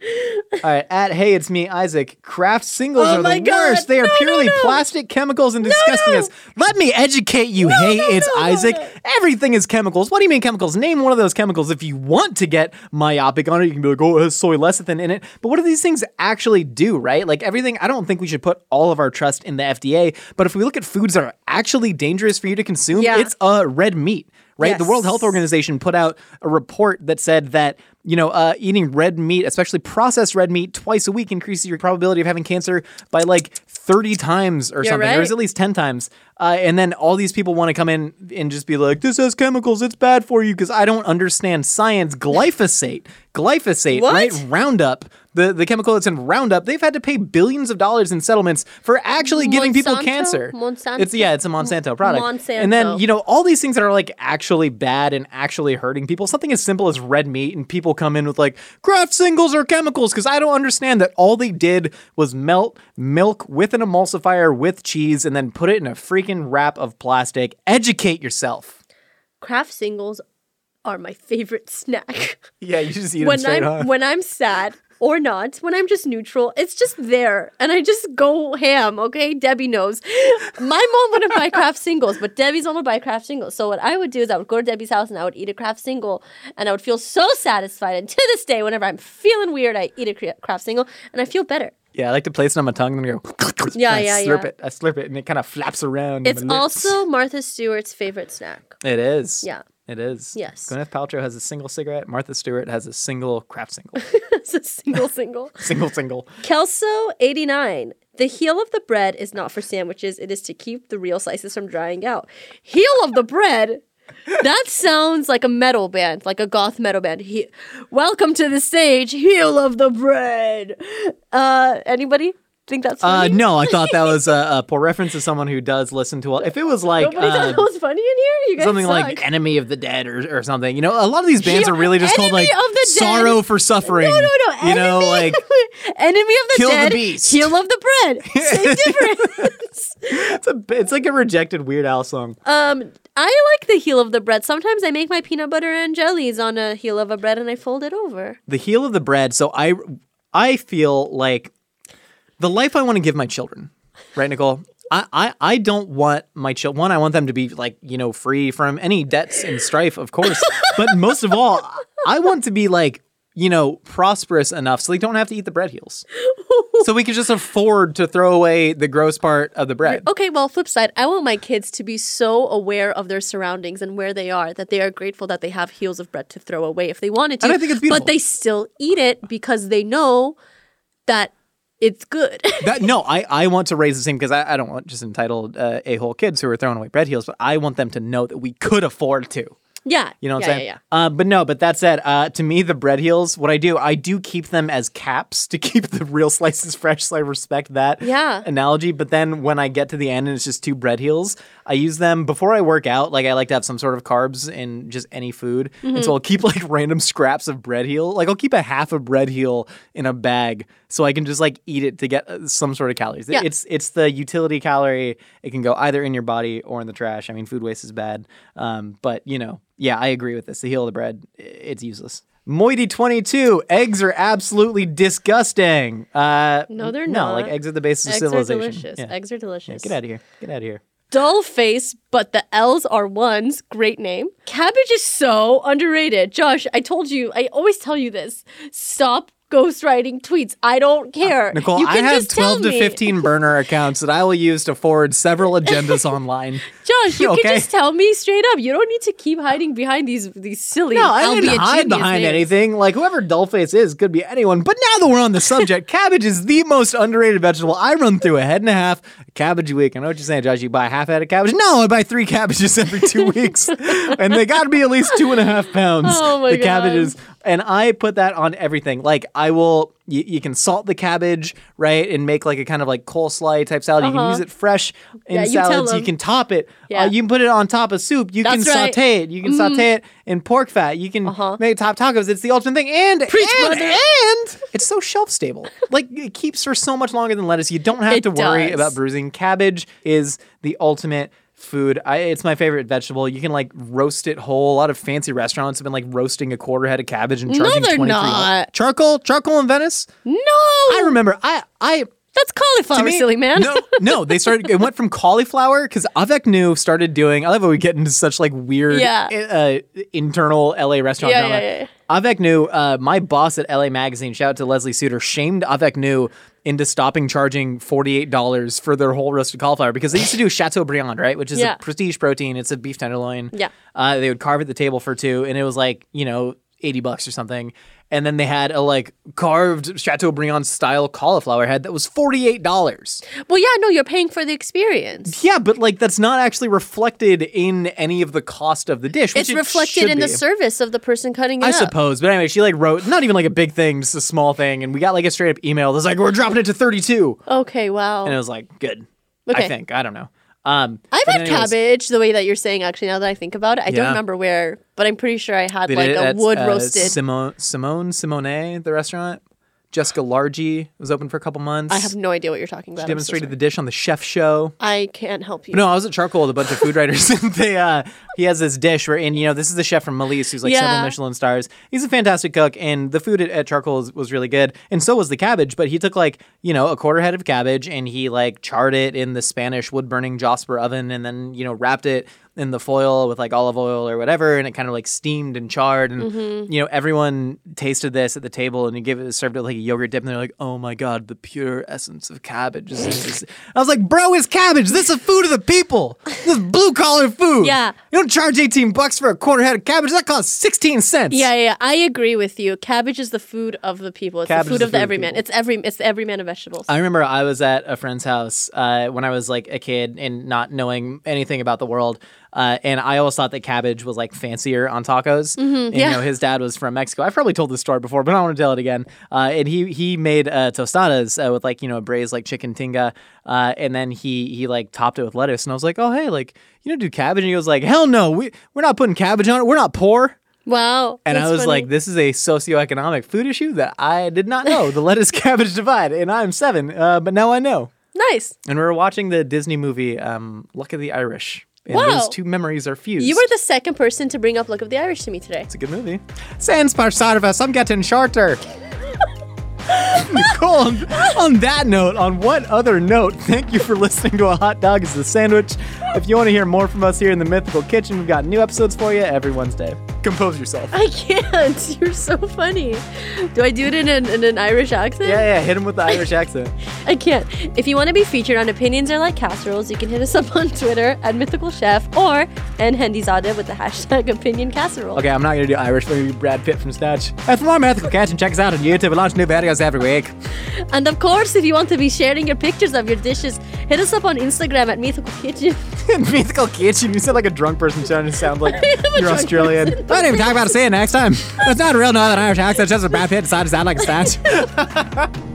Speaker 3: All right, at hey, it's me, Isaac. Craft singles
Speaker 2: Oh
Speaker 3: are
Speaker 2: my
Speaker 3: the
Speaker 2: God.
Speaker 3: worst. They are
Speaker 2: No, no,
Speaker 3: purely
Speaker 2: no.
Speaker 3: plastic chemicals and disgustingness. Let me educate you. hey,
Speaker 2: no,
Speaker 3: it's
Speaker 2: no, no,
Speaker 3: Isaac.
Speaker 2: no.
Speaker 3: Everything is chemicals. What do you mean chemicals? Name one of those chemicals. If you want to get myopic on it, you can be like, oh, it has soy lecithin in it. But what do these things actually do, right? Like everything, I don't think we should put all of our trust in the FDA. But if we look at foods that are actually dangerous for you to consume,
Speaker 2: Yeah.
Speaker 3: it's uh, red meat. Right, the World Health
Speaker 2: Yes.
Speaker 3: Organization put out a report that said that you know uh, eating red meat, especially processed red meat, twice a week increases your probability of having cancer by like thirty times or something, or
Speaker 2: right.
Speaker 3: is at least ten times. Uh, and then all these people want to come in and just be like, "This has chemicals; it's bad for you." Because I don't understand science. Glyphosate, glyphosate,
Speaker 2: What?
Speaker 3: right? Roundup, the the chemical that's in Roundup. They've had to pay billions of dollars in settlements for actually giving people
Speaker 2: Monsanto?
Speaker 3: cancer.
Speaker 2: Monsanto?
Speaker 3: It's yeah, it's a Monsanto product. And
Speaker 2: Monsanto.
Speaker 3: then you know all these things that are like actually bad and actually hurting people. Something as simple as red meat, and people come in with like craft singles or chemicals because I don't understand that all they did was melt milk with an emulsifier with cheese and then put it in a freaking wrap of plastic. Educate yourself.
Speaker 2: Craft singles are my favorite snack.
Speaker 3: Yeah, you just eat it
Speaker 2: when
Speaker 3: straight
Speaker 2: I'm
Speaker 3: on.
Speaker 2: when I'm sad or not, when I'm just neutral, it's just there, and I just go ham. Okay, Debbie knows. My mom wouldn't buy craft singles, but Debbie's mom would buy craft singles. So what I would do is I would go to Debbie's house and I would eat a craft single, and I would feel so satisfied. And to this day, whenever I'm feeling weird, I eat a cra- craft single, and I feel better.
Speaker 3: yeah, I like to place it on my tongue and then go.
Speaker 2: Yeah,
Speaker 3: and I
Speaker 2: yeah,
Speaker 3: slurp
Speaker 2: yeah.
Speaker 3: it. I slurp it and it kind of flaps around. in
Speaker 2: It's
Speaker 3: my lips.
Speaker 2: also Martha Stewart's favorite snack.
Speaker 3: It is.
Speaker 2: Yeah.
Speaker 3: It is.
Speaker 2: Yes.
Speaker 3: Gwyneth Paltrow has a single cigarette. Martha Stewart has a single craft single.
Speaker 2: it's a single single.
Speaker 3: single single.
Speaker 2: Kelso 89. The heel of the bread is not for sandwiches, it is to keep the real slices from drying out. Heel of the bread? That sounds like a metal band, like a goth metal band. He- Welcome to the stage, heel of the bread. Uh, anybody think that's
Speaker 3: Uh,
Speaker 2: funny?
Speaker 3: no, I thought that was a, a poor reference to someone who does listen to. If it was like
Speaker 2: Nobody
Speaker 3: uh,
Speaker 2: thought that was funny in here? You guys
Speaker 3: something
Speaker 2: suck.
Speaker 3: like "Enemy of the Dead" or, or something, you know, a lot of these bands
Speaker 2: Yeah,
Speaker 3: are really just called
Speaker 2: Enemy
Speaker 3: like
Speaker 2: of the Dead.
Speaker 3: "Sorrow for Suffering."
Speaker 2: No, no, no.
Speaker 3: You know,
Speaker 2: enemy-
Speaker 3: like
Speaker 2: enemy of the
Speaker 3: Kill the
Speaker 2: dead,
Speaker 3: beast.
Speaker 2: heel of the bread. Same difference.
Speaker 3: it's a it's like a rejected Weird Al song.
Speaker 2: Um, I like the heel of the bread. Sometimes I make my peanut butter and jellies on a heel of a bread and I fold it over.
Speaker 3: the heel of the bread. So I I feel like the life I want to give my children, right, Nicole, I, I, I don't want my children. One, I want them to be like you know free from any debts and strife, of course. but most of all, I want to be like you know prosperous enough so they don't have to eat the bread heels, so we can just afford to throw away the gross part of the bread.
Speaker 2: Okay, well, flip side, I want my kids to be so aware of their surroundings and where they are that they are grateful that they have heels of bread to throw away if they wanted to.
Speaker 3: And I think it's beautiful.
Speaker 2: But they still eat it because they know that it's good.
Speaker 3: That no, I, I want to raise the same because I, I don't want just entitled uh, a hole kids who are throwing away bread heels, but I want them to know that we could afford to.
Speaker 2: yeah.
Speaker 3: You know what
Speaker 2: yeah,
Speaker 3: I'm saying?
Speaker 2: Yeah, yeah.
Speaker 3: Uh, but no, but that said, uh, to me, the bread heels, what I do, I do keep them as caps to keep the real slices fresh. So I respect that
Speaker 2: Yeah.
Speaker 3: analogy. But then when I get to the end and it's just two bread heels, I use them before I work out. Like I like to have some sort of carbs in just any food. And so I'll keep like random scraps of bread heel. Like I'll keep a half a bread heel in a bag so I can just like eat it to get uh, some sort of calories.
Speaker 2: Yeah.
Speaker 3: It's it's the utility calorie. It can go either in your body or in the trash. I mean, food waste is bad. Um, but you know, yeah, I agree with this. The heel of the bread, i- it's useless. Moiety 22, eggs are absolutely disgusting. Uh,
Speaker 2: No, they're
Speaker 3: no, like
Speaker 2: not.
Speaker 3: eggs are the basis
Speaker 2: Eggs
Speaker 3: of
Speaker 2: are
Speaker 3: civilization.
Speaker 2: delicious.
Speaker 3: Yeah.
Speaker 2: Eggs are delicious.
Speaker 3: Get out of here. Get out of here.
Speaker 2: Dull face, but the L's are ones. Great name. Cabbage is so underrated. Josh, I told you, I always tell you this. Stop ghostwriting tweets. I don't care.
Speaker 3: Uh, Nicole,
Speaker 2: you
Speaker 3: I
Speaker 2: can
Speaker 3: have
Speaker 2: just tell
Speaker 3: 12 to
Speaker 2: me.
Speaker 3: 15 burner accounts that I will use to forward several agendas online.
Speaker 2: Josh, you
Speaker 3: Okay.
Speaker 2: can just tell me straight up. You don't need to keep hiding behind these these silly.
Speaker 3: No, I
Speaker 2: albeit
Speaker 3: didn't hide
Speaker 2: genius
Speaker 3: behind
Speaker 2: names.
Speaker 3: anything. Like whoever Dullface is could be anyone. But now that we're on the subject, cabbage is the most underrated vegetable. I run through a head and a half cabbage a week. I know what you're saying, Josh. You buy a half head of cabbage? No, I buy three cabbages every two weeks, and they got to be at least two and a half pounds.
Speaker 2: Oh my
Speaker 3: the
Speaker 2: God.
Speaker 3: cabbages, and I put that on everything. Like I will. You, you can salt the cabbage, right, and make like a kind of like coleslaw type salad. You can use it fresh in
Speaker 2: Uh-huh. Yeah, you tell
Speaker 3: salads. You,
Speaker 2: 'em.
Speaker 3: can top it.
Speaker 2: Yeah.
Speaker 3: Uh, you can put it on top of soup. You
Speaker 2: That's
Speaker 3: can
Speaker 2: right.
Speaker 3: saute it. You can
Speaker 2: Mm.
Speaker 3: saute it in pork fat. You can
Speaker 2: Uh-huh.
Speaker 3: make top tacos. It's the ultimate thing. And and,
Speaker 2: mother.
Speaker 3: and it's so shelf stable. like it keeps for so much longer than lettuce. You don't have
Speaker 2: It
Speaker 3: to worry
Speaker 2: does.
Speaker 3: about bruising. Cabbage is the ultimate food. I, it's my favorite vegetable. You can like roast it whole. A lot of fancy restaurants have been like roasting a quarter head of cabbage and charging
Speaker 2: they're
Speaker 3: 23
Speaker 2: not.
Speaker 3: charcoal charcoal in Venice.
Speaker 2: No,
Speaker 3: I remember. I I
Speaker 2: that's
Speaker 3: to
Speaker 2: cauliflower,
Speaker 3: me-
Speaker 2: silly man.
Speaker 3: No, no, they started. It went from cauliflower because Avec Nu started doing. I love how we get into such like weird,
Speaker 2: Yeah.
Speaker 3: uh, internal LA restaurant
Speaker 2: Yeah,
Speaker 3: drama.
Speaker 2: yeah, yeah.
Speaker 3: Avec Nu, uh, my boss at LA Magazine, shout out to Leslie Suter, shamed Avec Nu into stopping charging $48 for their whole roasted cauliflower because they used to do Chateaubriand, right? Which is
Speaker 2: Yeah.
Speaker 3: a prestige protein. It's a beef tenderloin.
Speaker 2: Yeah.
Speaker 3: Uh, they would carve at the table for two, and it was like, you know, 80 bucks or something. And then they had a like carved Chateaubriand style cauliflower head that was $48.
Speaker 2: Well, yeah, no, you're paying for the experience.
Speaker 3: Yeah, but like that's not actually reflected in any of the cost of the dish. which
Speaker 2: It's
Speaker 3: it
Speaker 2: reflected
Speaker 3: should
Speaker 2: in the
Speaker 3: be.
Speaker 2: service of the person cutting it
Speaker 3: I
Speaker 2: up.
Speaker 3: suppose, but anyway, she like wrote not even like a big thing, just a small thing, and we got like a straight up email that's like we're dropping it to thirty two,
Speaker 2: Okay, wow.
Speaker 3: and it was like good. I
Speaker 2: Okay.
Speaker 3: think I don't know. Um,
Speaker 2: I've
Speaker 3: but
Speaker 2: had
Speaker 3: anyways,
Speaker 2: cabbage the way that you're saying. Actually, now that I think about it, I
Speaker 3: Yeah.
Speaker 2: don't remember where, but I'm pretty sure I had
Speaker 3: they
Speaker 2: like
Speaker 3: did it
Speaker 2: a
Speaker 3: at,
Speaker 2: wood
Speaker 3: uh,
Speaker 2: roasted.
Speaker 3: Simone Simone Simone the restaurant. Jessica Largy was open for a couple months.
Speaker 2: I have no idea what you're talking about. I'm so
Speaker 3: demonstrated
Speaker 2: sorry.
Speaker 3: the dish on the chef show.
Speaker 2: I can't help you.
Speaker 3: No, I was at Charcoal with a bunch of food writers. and they, uh, he has this dish where, and you know, this is the chef from Malise who's like several
Speaker 2: Yeah.
Speaker 3: Michelin stars. He's a fantastic cook, and the food at, at Charcoal was, was really good, and so was the cabbage. But he took like you know a quarter head of cabbage and he like charred it in the Spanish wood burning Josper oven, and then you know wrapped it in the foil with like olive oil or whatever, and it kind of like steamed and charred, and you know everyone tasted this at the table, and he gave it served it like a yogurt dip, and they're like, oh my god, the pure essence of cabbage. is- is- is-" I was like, bro, it's cabbage. This is food of the people. This is blue collar food.
Speaker 2: Yeah.
Speaker 3: You don't charge 18 bucks for a quarter head of cabbage. That costs 16 cents.
Speaker 2: Yeah, yeah, yeah, I agree with you. Cabbage is the food of the people. It's
Speaker 3: Cabbage
Speaker 2: the
Speaker 3: is
Speaker 2: food
Speaker 3: the
Speaker 2: of the
Speaker 3: food of
Speaker 2: everyman.
Speaker 3: people. Uh,
Speaker 2: It's every it's the everyman of vegetables.
Speaker 3: I remember I was at a friend's house uh, when I was like a kid and not knowing anything about the world. Uh, and I always thought that cabbage was like fancier on tacos. and,
Speaker 2: Mm-hmm. yeah.
Speaker 3: You know, his dad was from Mexico. I've probably told this story before, but I want to tell it again. Uh, and he he made uh, tostadas uh, with like you know braised like chicken tinga, uh, and then he he like topped it with lettuce. And I was like, oh hey, like you don't do cabbage? And he was like, hell no, we we're not putting cabbage on it. We're not poor.
Speaker 2: wow.
Speaker 3: And I
Speaker 2: that's
Speaker 3: was
Speaker 2: funny.
Speaker 3: like, this is a socioeconomic food issue that I did not know. The lettuce cabbage divide. And I'm seven, uh, but now I know.
Speaker 2: nice.
Speaker 3: And we were watching the Disney movie, um, Luck of the Irish. And
Speaker 2: Wow.
Speaker 3: those two memories are fused.
Speaker 2: You were the second person to bring up Look of the Irish to me today.
Speaker 3: It's a good movie. Sans par service, I'm getting shorter. Nicole, on, on that note, on what other note, thank you for listening to A Hot Dog is a Sandwich. If you want to hear more from us here in the Mythical Kitchen, we've got new episodes for you every Wednesday. Compose yourself.
Speaker 2: I can't. You're so funny. Do I do it in an, in an Irish accent?
Speaker 3: Yeah, yeah, hit him with the Irish accent.
Speaker 2: I can't. If you want to be featured on Opinions Are Like Casseroles, you can hit us up on Twitter at Mythical Chef or Hendizada with the hashtag Opinion Casserole.
Speaker 3: Okay, I'm not gonna do Irish. Maybe Brad Pitt from Snatch. And for more Mythical Kitchen, check us out on YouTube. We launch new videos every week.
Speaker 2: And of course, if you want to be sharing your pictures of your dishes, hit us up on Instagram at Mythical Kitchen.
Speaker 3: Mythical Kitchen. You sound like a drunk person trying to sound like
Speaker 2: a
Speaker 3: you're
Speaker 2: drunk
Speaker 3: Australian. I didn't even talk about it. See you next time. That's not a real Northern Irish accent. Just a Brad Pitt decided to sound like a Snatch.